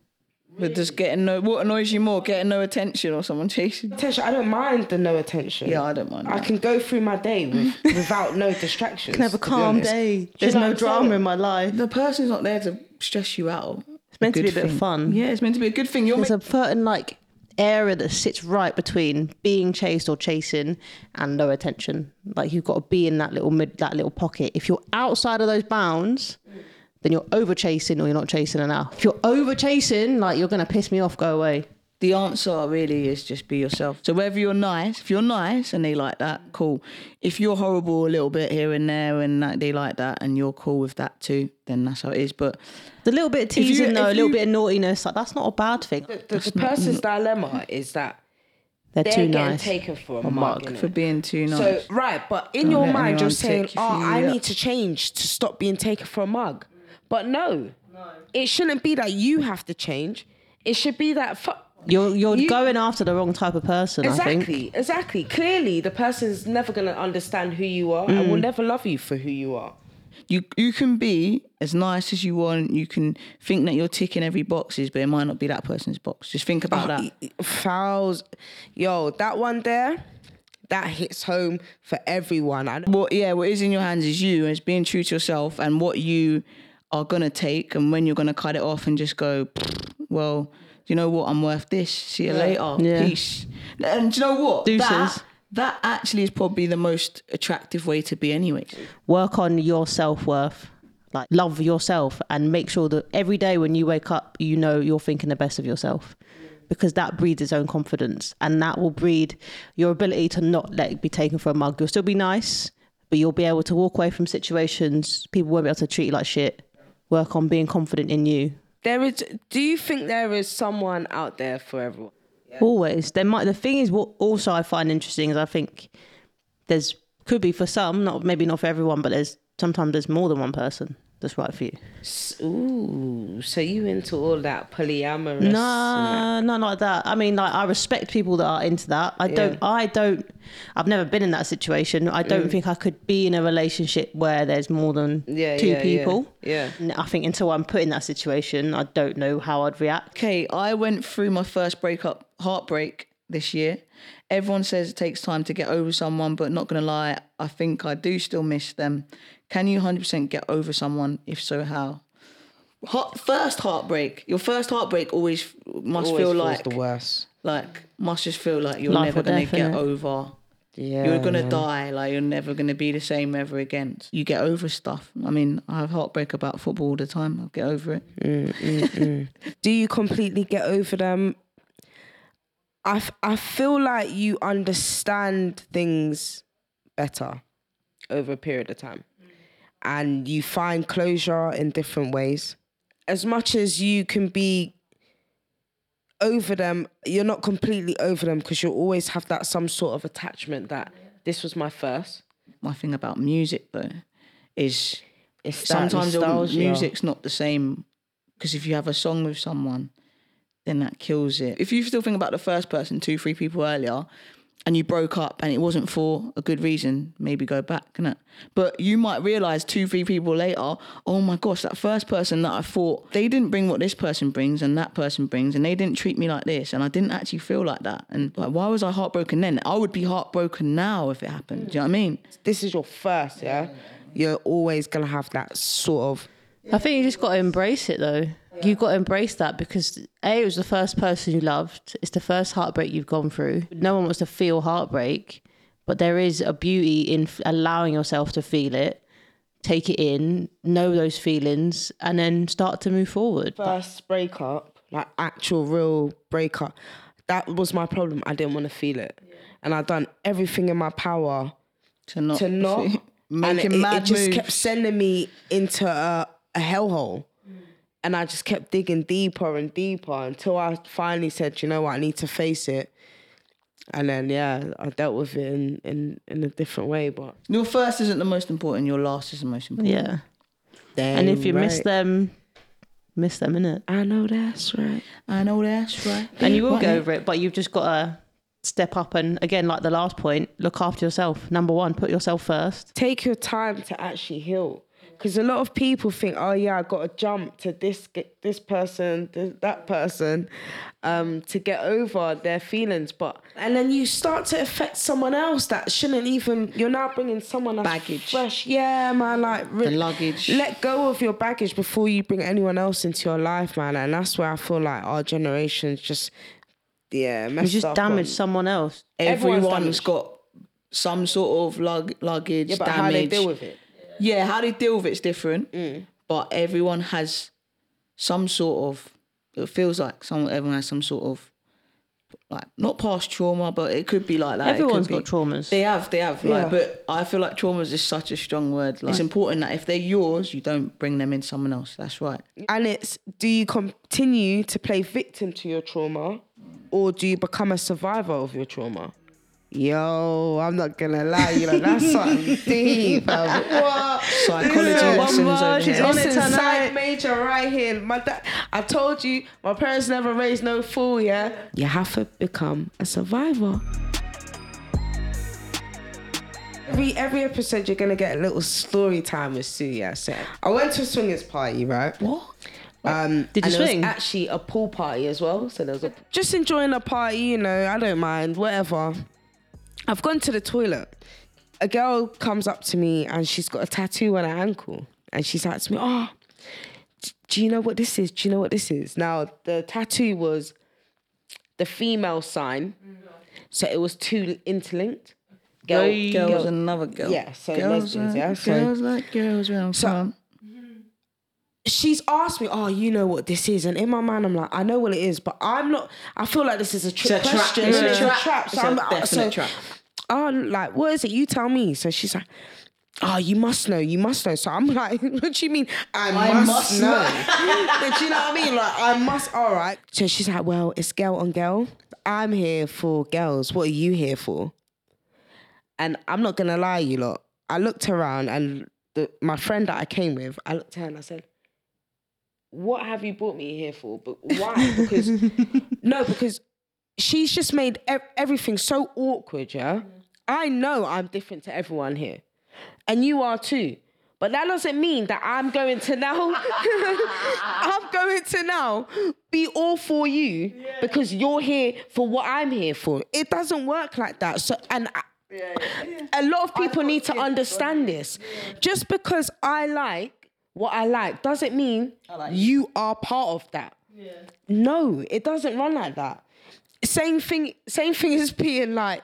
Speaker 3: But just getting no. What annoys you more, getting no attention or someone chasing?
Speaker 1: attention, I don't mind the no attention.
Speaker 3: Yeah, I don't mind.
Speaker 1: I
Speaker 3: that.
Speaker 1: can go through my day with, without no distractions.
Speaker 2: Can have a
Speaker 1: to be
Speaker 2: calm
Speaker 1: honest.
Speaker 2: day.
Speaker 1: you
Speaker 2: There's
Speaker 1: know
Speaker 2: no
Speaker 1: what I'm saying?
Speaker 2: drama in my life.
Speaker 3: the person's not there to stress you out.
Speaker 2: It's meant to be a
Speaker 3: Good
Speaker 2: bit of
Speaker 3: thing.
Speaker 2: fun.
Speaker 3: Yeah, it's meant to be a good thing. You're
Speaker 2: There's a certain like area that sits right between being chased or chasing and no attention. Like you've got to be in that little mid that little pocket. If you're outside of those bounds, then you're over chasing or you're not chasing enough. If you're over chasing, like you're gonna piss me off, go away.
Speaker 3: The answer really is just be yourself. So whether you're nice, if you're nice and they like that, cool. If you're horrible a little bit here and there and like, they like that and you're cool with that too, then that's how it is. But
Speaker 2: The little bit of
Speaker 3: you-
Speaker 2: teasing though, a
Speaker 3: if
Speaker 2: little
Speaker 3: you-
Speaker 2: bit of naughtiness, like that's not a bad thing.
Speaker 1: The, the person's dilemma is that
Speaker 2: They're,
Speaker 1: they're
Speaker 2: Mm. too
Speaker 1: getting
Speaker 2: nice.
Speaker 1: taken for a mug. innit?
Speaker 3: for being too nice,
Speaker 1: So right, but in your
Speaker 3: let
Speaker 1: mind, you're
Speaker 3: anyone
Speaker 1: saying,
Speaker 3: take you
Speaker 1: "Oh,
Speaker 3: for
Speaker 1: I
Speaker 3: you."
Speaker 1: need to change to stop being taken for a mug," but no, it shouldn't be that you have to change. It should be that fu-
Speaker 2: You're you're
Speaker 1: You-
Speaker 2: going after the wrong type of person, I think.
Speaker 1: exactly, exactly. Clearly, the person's never gonna understand who you are and will never love you for who you are.
Speaker 3: you you can be as nice as you want. You can think that you're ticking every boxes, but it might not be that person's box. Just think
Speaker 1: Oh,
Speaker 3: about that.
Speaker 1: Uh, Fouls, yo, that one there, that hits home for everyone. I
Speaker 3: what yeah what is in your hands is you and it's being true to yourself and what you are going to take and when you're going to cut it off and just go well you know what i'm worth this see you later
Speaker 2: Yeah.
Speaker 3: peace and do you know what
Speaker 2: Deuces.
Speaker 3: that, that actually is probably the most attractive way to be anyway
Speaker 2: work on your self worth, like love yourself, and make sure that every day when you wake up, you know you're thinking the best of yourself because that breeds its own confidence and that will breed your ability to not let it be taken for a mug. You'll still be nice, but you'll be able to walk away from situations. People won't be able to treat you like shit. Work on being confident in you.
Speaker 1: There is. Do you think there is someone out there for everyone?
Speaker 2: Always. There might the thing is what also I find interesting is I think there's could be for some, not maybe not for everyone, but there's sometimes there's more than one person that's right for you.
Speaker 1: S- Ooh, so you into all that polyamorous? and that.
Speaker 2: No, not like that. I mean, like I respect people that are into that. I don't. I don't. I've never been in that situation. I
Speaker 1: Mm.
Speaker 2: don't think I could be in a relationship where there's more than
Speaker 1: Yeah,
Speaker 2: two
Speaker 1: yeah, yeah,
Speaker 2: people.
Speaker 1: yeah.
Speaker 2: And I think until I'm put in that situation, I don't know how I'd react.
Speaker 3: okay i went through my first breakup heartbreak this year everyone says it takes time to get over someone but not going to lie i think i do still miss them can you 100% get over someone if so how Heart, first heartbreak your first heartbreak always f- must
Speaker 1: Always
Speaker 3: feel
Speaker 1: feels
Speaker 3: like
Speaker 1: the worst.
Speaker 3: like must just feel like you're
Speaker 2: Life
Speaker 3: never
Speaker 2: or
Speaker 3: going
Speaker 2: death,
Speaker 3: to get
Speaker 2: innit?
Speaker 3: over
Speaker 1: Yeah,
Speaker 3: you're gonna
Speaker 1: man.
Speaker 3: die. Like you're never gonna be the same ever again. You get over stuff. I mean, I have heartbreak about football all the time. I'll get over it.
Speaker 1: Do you completely get over them? I f- I feel like you understand things better over a period of time, and you find closure in different ways. As much as you can be over them, you're not completely over them because you'll always have that some sort of attachment that this was my first.
Speaker 3: My thing about music though is
Speaker 1: It's that
Speaker 3: sometimes your
Speaker 1: nostalgia.
Speaker 3: music's not the same because if you have a song with someone, then that kills it. If you still think about the first person, two, three people earlier, and you broke up and it wasn't for a good reason, maybe go back, can it? But you might realize two, three people later, oh my gosh, that first person that I thought they didn't bring what this person brings and that person brings, and they didn't treat me like this, and I didn't actually feel like that. And like, why was I heartbroken then? I would be heartbroken now if it happened. Do you know what I mean?
Speaker 1: This is your first, yeah. You're always gonna have that sort of
Speaker 2: I think you just got to embrace it though. You've got to embrace that because A, it was the first person you loved. It's the first heartbreak you've gone through. No one wants to feel heartbreak, but there is a beauty in f- allowing yourself to feel it, take it in, know those feelings, and then start to move forward.
Speaker 1: first breakup, like actual real breakup, that was my problem. I didn't want to feel it, and I done everything in my power
Speaker 3: To not
Speaker 1: to not.
Speaker 3: making
Speaker 1: and it, it
Speaker 3: mad
Speaker 1: just
Speaker 3: moves.
Speaker 1: kept sending me into a, a hellhole, And I just kept digging deeper and deeper until I finally said, you know what, I need to face it. And then yeah, I dealt with it in in, in a different way. But
Speaker 3: Your first isn't the most important. Your last is the most important.
Speaker 2: Yeah. And if you miss
Speaker 1: Right.
Speaker 2: them, miss them, innit?
Speaker 1: I know that's right.
Speaker 3: I know that's right.
Speaker 2: And you will
Speaker 3: Right.
Speaker 2: get over it, but you've just got to step up and, again, like the last point, look after yourself. Number one, put yourself first.
Speaker 1: Take your time to actually heal. Because a lot of people think, oh yeah, I got to jump to this g- this person, th- that person, um, to get over their feelings. But and then you start to affect someone else that shouldn't even. You're now bringing someone that's
Speaker 3: Baggage.
Speaker 1: fresh. Yeah, man, like re-
Speaker 3: The luggage.
Speaker 1: Let go of your baggage before you bring anyone else into your life, man. And that's where I feel like our generation's just yeah,
Speaker 2: You
Speaker 1: messed
Speaker 2: just
Speaker 1: up on-
Speaker 2: damage someone else.
Speaker 1: Everyone's
Speaker 3: Everyone's
Speaker 1: damaged.
Speaker 3: got some sort of lug, luggage
Speaker 1: Yeah, but
Speaker 3: damage.
Speaker 1: how they deal with it. Mm.
Speaker 3: Yeah, how they deal with it's different. But everyone has some sort of. It feels like some everyone has some sort of like not past trauma, but it could be like that. It could
Speaker 2: Everyone's got
Speaker 3: be-
Speaker 2: traumas.
Speaker 3: They have, they have.
Speaker 1: Yeah.
Speaker 3: Like, but I feel like traumas is such a strong word. Like, it's important that if they're yours, you don't bring them in someone else. That's right.
Speaker 1: And it's do you continue to play victim to your trauma or do you become a survivor of your trauma? Yo, I'm not gonna lie, you know, that's something deep. um, What?
Speaker 3: Psychology
Speaker 1: Listen,
Speaker 3: lessons
Speaker 2: one
Speaker 3: over
Speaker 2: word, she's
Speaker 3: here.
Speaker 2: on it
Speaker 1: Listen,
Speaker 2: tonight.
Speaker 1: side major right here. My da- I told you, my parents never raised no fool, yeah? You have to become a survivor. Every, every episode, you're gonna get a little story time with Sue, yeah? So I went to a swingers party, right?
Speaker 3: What?
Speaker 1: Um,
Speaker 2: Did you
Speaker 1: and there was
Speaker 2: swing?
Speaker 1: actually a pool party as well. So there was a just enjoying a party. You know, I don't mind whatever. I've gone to the toilet. A girl comes up to me and she's got a tattoo on her ankle, and she's like to me, "Oh, d- do you know what this is? Do you know what this is?" Now the tattoo was the female sign, so it was two interlinked. Girl,
Speaker 3: Girls and another girl.
Speaker 1: Yeah, so
Speaker 3: girls
Speaker 1: lesbians,
Speaker 3: like,
Speaker 1: yeah, so-
Speaker 3: girls like girls where I'm
Speaker 1: So-
Speaker 3: from.
Speaker 1: she's asked me, "Oh, you know what this is?" And in my mind, I'm like, "I know what it is," but I'm not. I feel like this is a trick
Speaker 3: It's a trap.
Speaker 1: question.
Speaker 3: It's a
Speaker 1: It's
Speaker 3: trap.
Speaker 1: So
Speaker 3: It's a
Speaker 1: I'm uh,
Speaker 3: definite
Speaker 1: so,
Speaker 3: trap.
Speaker 1: Oh, like what is it? You tell me. So she's like. Oh, you must know, you must know. So I'm like, what do you mean? I, must,
Speaker 3: must
Speaker 1: know.
Speaker 3: know.
Speaker 1: but you know what I mean? Like, I must, all right. So she's like, well, it's girl on girl. I'm here for girls. What are you here for? And I'm not gonna lie, you lot. I looked around and the, my friend that I came with, I looked at her and I said, "What have you brought me here for? But why? Because no, because she's just made ev- everything so awkward. Yeah, I know I'm different to everyone here, and you are too." But that doesn't mean that I'm going to now. I'm going to now be all for you because you're here for what I'm here for. It doesn't work like that. So and I, a lot of people need to understand this. Just because I like what I like doesn't mean you are part of that. No, it doesn't run like that. Same thing, same thing as being like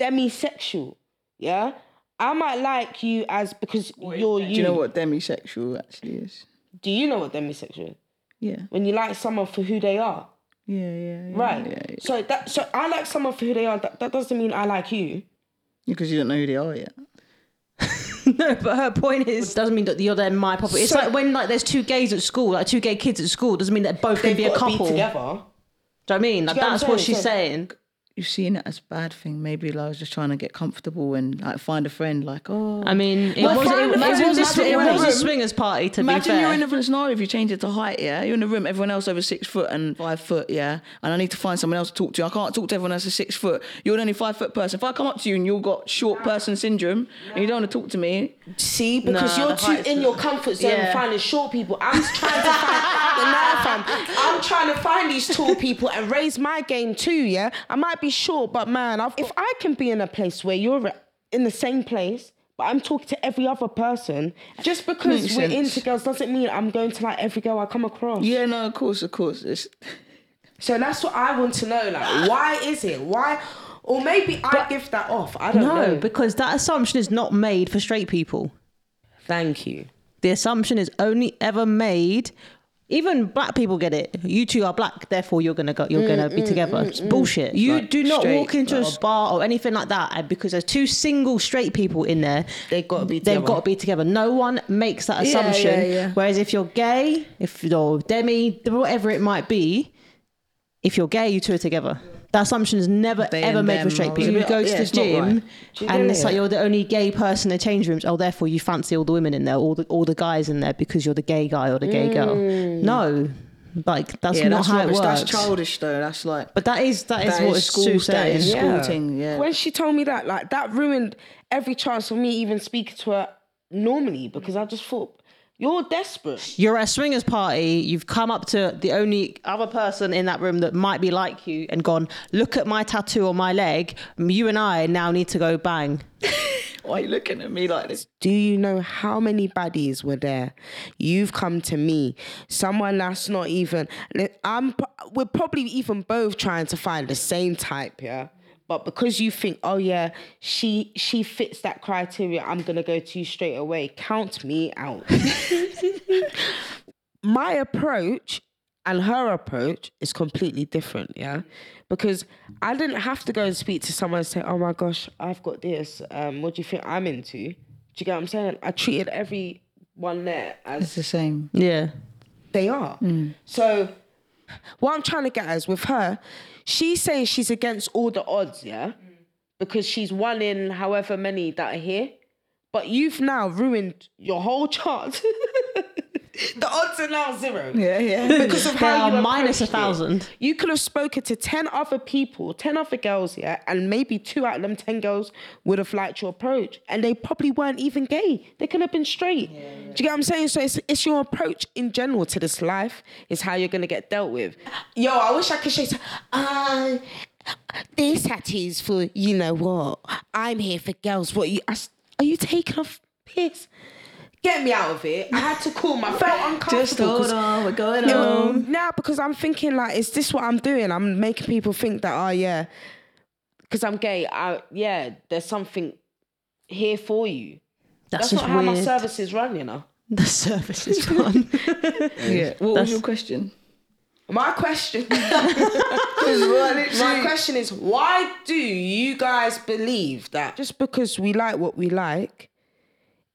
Speaker 1: demisexual. Yeah. I might like you as because you're you.
Speaker 3: Do you know what demisexual actually is?
Speaker 1: Do you know what demisexual is?
Speaker 3: Yeah.
Speaker 1: When you like someone for who they are.
Speaker 3: Yeah, yeah, yeah.
Speaker 1: Right.
Speaker 3: Yeah, yeah.
Speaker 1: So that so I like someone for who they are. That, that doesn't mean I like you.
Speaker 3: Because you don't know who they are yet.
Speaker 2: No, but her point is doesn't mean that you're then my property. It's
Speaker 1: So-
Speaker 2: like when like there's two gays at school, like two gay kids at school, doesn't mean that both can be a
Speaker 1: Gotta
Speaker 2: couple. Do you know
Speaker 1: together.
Speaker 2: what I mean? Like,
Speaker 1: you get what
Speaker 2: that's
Speaker 1: I'm
Speaker 2: what
Speaker 1: saying?
Speaker 2: she's
Speaker 1: So-
Speaker 2: saying.
Speaker 3: You've seen it as a bad thing. Maybe like, I was just trying to get comfortable and like find a friend. Like, oh,
Speaker 2: I mean, it
Speaker 3: Well,
Speaker 2: was,
Speaker 3: fine,
Speaker 2: it,
Speaker 3: imagine-
Speaker 2: it was, a,
Speaker 3: imagine
Speaker 2: sw- it
Speaker 3: you're in a
Speaker 2: was a
Speaker 3: room.
Speaker 2: swingers party. To be
Speaker 3: Imagine
Speaker 2: fair,
Speaker 3: you're in a different scenario if you change it to height, yeah? You're in a room, everyone else over six foot and five foot, yeah? And I need to find someone else to talk to. I can't talk to everyone else that's six foot. You're the only five foot person. If I come up to you and you've got short person syndrome and you don't want to talk to me,
Speaker 1: See, because
Speaker 2: Nah,
Speaker 1: you're
Speaker 2: the height's
Speaker 1: too in your comfort zone
Speaker 2: Yeah.
Speaker 1: finding short people. I'm trying to find the nah, fam. I'm trying to find these tall people and raise my game too. Yeah, I might be short, but man, I've, if I can be in a place where you're in the same place. But I'm talking to every other person. Just because
Speaker 3: Makes
Speaker 1: we're
Speaker 3: sense.
Speaker 1: into girls doesn't mean I'm going to like every girl I come across.
Speaker 3: yeah, no, of course, of course. It's,
Speaker 1: So that's what I want to know. Like, why is it? Why? Or maybe I give that off. I don't
Speaker 2: no,
Speaker 1: know.
Speaker 2: because that assumption is not made for straight people.
Speaker 1: Thank you.
Speaker 2: The assumption is only ever made Even black people get it. You two are black, therefore you're gonna go. You're
Speaker 3: Mm,
Speaker 2: gonna be together. it's bullshit. You
Speaker 3: Like,
Speaker 2: do not
Speaker 3: straight,
Speaker 2: walk into a bar or anything like that, and because there's two single straight people in there,
Speaker 1: They've gotta be
Speaker 2: They've
Speaker 1: together.
Speaker 2: got to be together. No one makes that
Speaker 3: yeah,
Speaker 2: assumption.
Speaker 3: yeah.
Speaker 2: Whereas if you're gay, if you're demi, whatever it might be, if you're gay, you two are together. That assumption is never
Speaker 3: They
Speaker 2: ever
Speaker 3: and
Speaker 2: made
Speaker 3: them,
Speaker 2: with straight
Speaker 3: or-
Speaker 2: people. You
Speaker 3: Yeah,
Speaker 2: go to
Speaker 3: yeah,
Speaker 2: the
Speaker 3: it's not right.
Speaker 2: gym
Speaker 1: Do you
Speaker 2: and
Speaker 1: get
Speaker 2: it's
Speaker 1: it?
Speaker 2: like you're the only gay person in the change rooms. Oh, therefore you fancy all the women in there, all the all the guys in there because you're the gay guy or the gay girl. No, like that's
Speaker 3: Mm. yeah,
Speaker 2: not
Speaker 3: that's
Speaker 2: how
Speaker 3: rubbish.
Speaker 2: it works.
Speaker 3: That's childish though. That's like
Speaker 2: but that is that is
Speaker 3: That
Speaker 2: what is
Speaker 3: is school-
Speaker 2: school
Speaker 3: that is
Speaker 2: saying.
Speaker 3: school. thing, yeah.
Speaker 1: When she told me that, like that ruined every chance for me even speaking to her normally because I just thought you're desperate.
Speaker 2: You're at a swingers party. You've come up to the only other person in that room that might be like you and gone, look at my tattoo on my leg. You and I now need to go bang.
Speaker 3: why are you looking at me like this?
Speaker 1: Do you know how many baddies were there? You've come to me, someone that's not even. I'm. We're probably even both trying to find the same type, yeah. But because you think, oh yeah, she she fits that criteria, I'm gonna go to you straight away. Count me out. my approach and her approach is completely different, yeah? Because I didn't have to go and speak to someone and say, oh my gosh, I've got this. Um, what do you think I'm into? Do you get what I'm saying? I treated everyone there as
Speaker 3: It's the same.
Speaker 2: Yeah.
Speaker 1: they are. So what I'm trying to get at is with her, she's saying she's against all the odds, yeah? Because she's one in however many that are here. But you've now ruined your whole chart. the odds are now zero.
Speaker 3: Yeah, yeah.
Speaker 1: Because of
Speaker 2: They
Speaker 1: how you
Speaker 2: are minus a
Speaker 1: approached it.
Speaker 2: thousand.
Speaker 1: You could have spoken to 10 other people, 10 other girls, yeah, and maybe two out of them 10 girls would have liked your approach. And they probably weren't even gay. They could have been straight. Do you get what I'm saying? So it's, it's your approach in general to this life, is how you're going to get dealt with. Yo, I wish I could show you. some- Uh, this tattoo's for you know what? I'm here for girls. What you, I s- are you taking off piss? Get me out of it. I had to call my felt uncomfortable.
Speaker 3: Just hold
Speaker 1: 'cause-
Speaker 3: on, we're going
Speaker 1: no,
Speaker 3: on.
Speaker 1: Now, because I'm thinking, like, is this what I'm doing? I'm making people think that, oh, yeah, because I'm gay, I, yeah, there's something here for you. That's,
Speaker 2: That's, just
Speaker 1: not
Speaker 2: weird.
Speaker 1: how my service is run, you know.
Speaker 2: the service is fun.
Speaker 3: Yeah.
Speaker 2: That's-
Speaker 3: What was your question?
Speaker 1: My question, my
Speaker 3: My question-
Speaker 1: question is, why do you guys believe that just because we like what we like,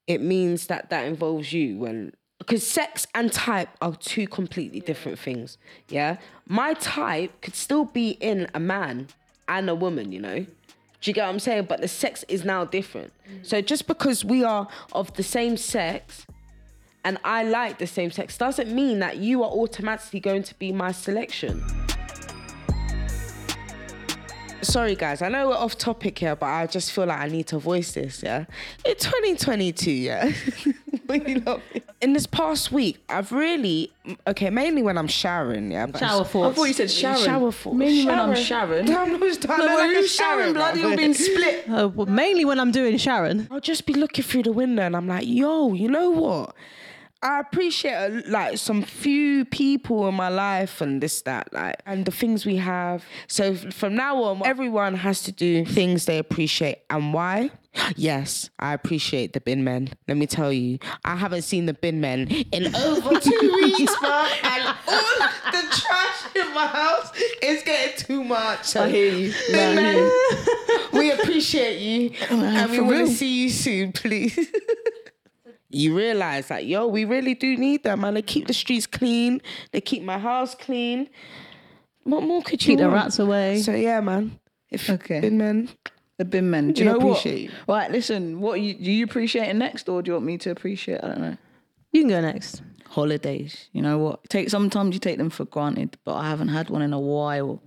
Speaker 1: it means that that involves you when because sex and type are two completely different things. Yeah, my type could still be in a man and a woman. You know, do you get what I'm saying? But the sex is now different. So just because we are of the same sex and I like the same sex doesn't mean that you are automatically going to be my selection. Sorry, guys, I know we're off topic here, but I just feel like I need to voice this, yeah? In 2022, yeah? We love it. In this past week, I've really, okay, mainly when I'm showering, yeah? But
Speaker 2: Shower
Speaker 3: I
Speaker 2: thoughts.
Speaker 3: thought you said Sharon.
Speaker 1: Shower for.
Speaker 3: Mainly when I'm Sharon.
Speaker 1: No, I'm not Sharon.
Speaker 3: No,
Speaker 1: No,
Speaker 3: when
Speaker 1: like
Speaker 3: you
Speaker 1: a
Speaker 3: Sharon,
Speaker 1: Sharon,
Speaker 3: bloody,
Speaker 1: man.
Speaker 3: you're being split.
Speaker 2: Uh, well, mainly when I'm doing Sharon.
Speaker 1: I'll just be looking through the window and I'm like, yo, you know what? I appreciate uh, like some few people in my life and this that like and the things we have. So f- from now on, everyone has to do things they appreciate and why. Yes, I appreciate the bin men. Let me tell you, I haven't seen the bin men in over two weeks, man, and all the trash in my house is getting too much. So
Speaker 3: I hear you. No, I
Speaker 1: Bin
Speaker 3: hear
Speaker 1: men,
Speaker 3: you.
Speaker 1: we appreciate you and we
Speaker 3: for
Speaker 1: want
Speaker 3: real.
Speaker 1: to see you soon, please. you realize that, yo, we really do need them, man. They keep the streets clean, they keep my house clean. What more could you
Speaker 2: Keep the
Speaker 1: want?
Speaker 2: rats away.
Speaker 1: So, yeah, man. If
Speaker 3: Okay.
Speaker 1: been men,
Speaker 3: The bin men. Do you
Speaker 1: We
Speaker 3: know what?
Speaker 1: appreciate you.
Speaker 3: Right, listen. What you, do you appreciate it next, or do you want me to appreciate? I don't know.
Speaker 2: You can go next.
Speaker 3: holidays. You know what? Take sometimes you take them for granted, but I haven't had one in a while.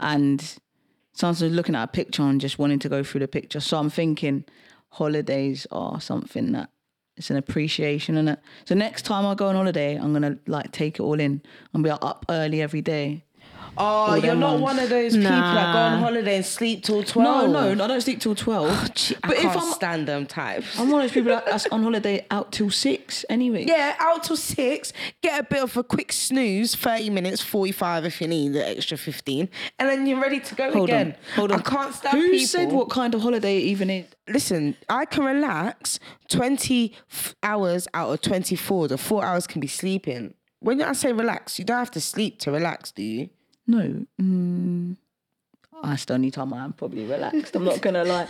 Speaker 3: And sometimes I'm looking at a picture and just wanting to go through the picture. So I'm thinking holidays are something that it's an appreciation and it. So next time I go on holiday, I'm gonna like take it all in. I'm gonna be up early every day.
Speaker 1: oh, you're
Speaker 3: them
Speaker 1: not
Speaker 3: ones.
Speaker 1: one of those people that go on holiday and sleep till 12.
Speaker 3: No, no, I don't sleep till twelve.
Speaker 1: I
Speaker 3: but if
Speaker 1: can't
Speaker 3: I'm
Speaker 1: stand them types.
Speaker 3: I'm one of those people that- that's on holiday out till six anyway.
Speaker 1: Yeah, out till six, get a bit of a quick snooze, 30 minutes, 45 if you need the extra 15, and then you're ready to go
Speaker 3: Hold
Speaker 1: again.
Speaker 3: on. Hold on.
Speaker 1: I can't stand
Speaker 3: Who
Speaker 1: people.
Speaker 3: said what kind of holiday it even is?
Speaker 1: listen, I can relax 20 f- hours out of 24. The four hours can be sleeping. when I say relax, you don't have to sleep to relax, do you?
Speaker 3: No. Mm, that's the only time I'm probably relaxed. I'm not gonna lie.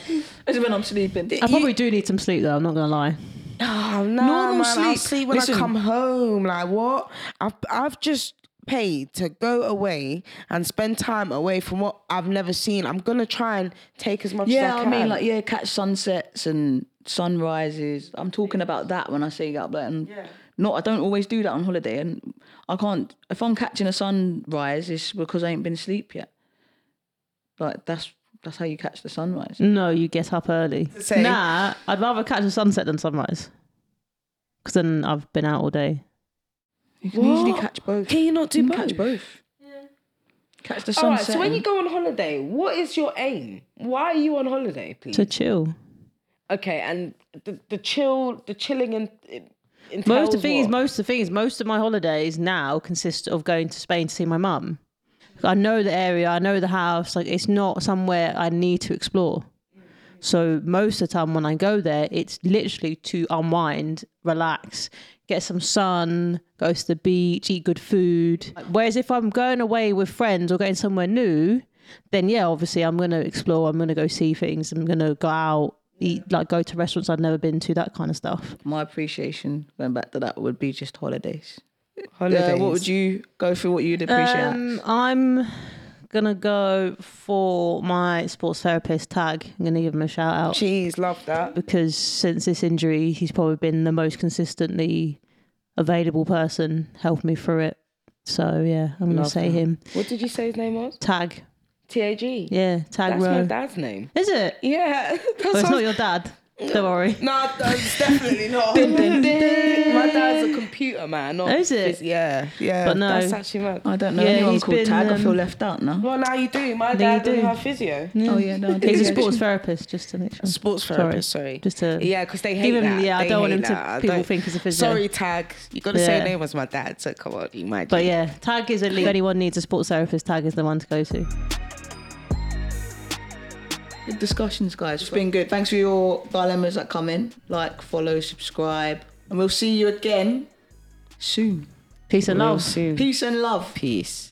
Speaker 3: It's when I'm sleeping.
Speaker 2: I probably do need some sleep though. I'm not gonna lie.
Speaker 1: Oh no,
Speaker 3: Normal
Speaker 1: man, I'll
Speaker 3: sleep.
Speaker 1: sleep when
Speaker 3: Listen.
Speaker 1: I come home. Like what? I've I've just paid to go away and spend time away from what I've never seen. I'm gonna try and take as much
Speaker 3: Yeah,
Speaker 1: as I
Speaker 3: I
Speaker 1: can.
Speaker 3: mean, like, yeah, catch sunsets and sunrises. I'm talking about that when I say get up late. And not, I don't always do that on holiday. And I can't, if I'm catching a sunrise, it's because I ain't been asleep yet. Like, that's that's how you catch the sunrise.
Speaker 2: No, you get up early.
Speaker 1: Say-
Speaker 2: Nah, I'd rather catch a sunset than sunrise. Because then I've been out all day.
Speaker 3: You can easily
Speaker 1: What?
Speaker 3: catch both.
Speaker 1: Can you not do
Speaker 3: You can
Speaker 1: both?
Speaker 3: Mm, catch both. Catch the
Speaker 1: All
Speaker 3: sunset.
Speaker 1: right. So when
Speaker 3: and-
Speaker 1: you go on holiday, what is your aim? Why are you on holiday, please?
Speaker 2: To chill.
Speaker 1: okay, and the, the chill, the chilling, and in,
Speaker 2: Most of the things, most of the things, most of my holidays now consist of going to Spain to see my mum. I know the area, I know the house. Like it's not somewhere I need to explore. So most of the time when I go there, it's literally to unwind, relax, get some sun, go to the beach, eat good food. Whereas if I'm going away with friends or going somewhere new, then yeah, obviously I'm gonna explore. I'm gonna go see things. I'm gonna go out, eat, like go to restaurants I've never been to, that kind of stuff.
Speaker 3: My appreciation, going back to that, would be just holidays.
Speaker 1: holidays.
Speaker 3: Uh, what would you go through? What you'd appreciate?
Speaker 2: Um, I'm gonna go for my sports therapist tag. I'm gonna give him a shout out
Speaker 1: Jeez, love that.
Speaker 2: because since this injury, he's probably been the most consistently available person helping me through it. So yeah, I'm gonna
Speaker 1: Love
Speaker 2: say
Speaker 1: that.
Speaker 2: him
Speaker 1: What did you say his name was?
Speaker 2: tag.
Speaker 1: Tag.
Speaker 2: Yeah, tag
Speaker 1: That's my
Speaker 2: row.
Speaker 1: dad's name.
Speaker 2: Is it?
Speaker 1: Yeah. That's
Speaker 2: Well,
Speaker 1: what
Speaker 2: it's
Speaker 1: I'm
Speaker 2: not your dad. Don't worry.
Speaker 1: No, it's definitely not. My dad's a computer man. Not
Speaker 2: Is it?
Speaker 1: phys- Yeah, yeah.
Speaker 2: But no.
Speaker 1: that's actually mad.
Speaker 3: I don't know
Speaker 2: Yeah,
Speaker 3: anyone
Speaker 2: he's
Speaker 3: called
Speaker 2: been,
Speaker 3: Tag. I feel
Speaker 2: um,
Speaker 3: left out now.
Speaker 1: Well, now you do. My
Speaker 2: Now you
Speaker 1: dad did
Speaker 2: do.
Speaker 1: have physio,
Speaker 3: Oh yeah, no. I didn't
Speaker 2: He's a
Speaker 3: get it.
Speaker 2: sports therapist, just to make sure.
Speaker 1: sports
Speaker 2: Sorry.
Speaker 1: therapist. Sorry.
Speaker 2: Just to
Speaker 1: yeah, because they hate
Speaker 2: give him.
Speaker 1: that.
Speaker 2: Yeah, I
Speaker 1: They
Speaker 2: don't want
Speaker 1: hate
Speaker 2: him
Speaker 1: that. I
Speaker 2: to. People
Speaker 1: don't-
Speaker 2: think he's a physio.
Speaker 1: Sorry, tag. You gotta say
Speaker 2: Yeah.
Speaker 1: your name was my dad. So come on, you might.
Speaker 2: But yeah, Tag is at least. If anyone needs a sports therapist, Tag is the one to go to.
Speaker 3: Good discussions, guys. It's been good. Thanks for your dilemmas that come in. Like, follow, subscribe, and we'll see you again soon.
Speaker 2: Peace and love.
Speaker 1: soon.
Speaker 3: Peace and love.
Speaker 1: Peace.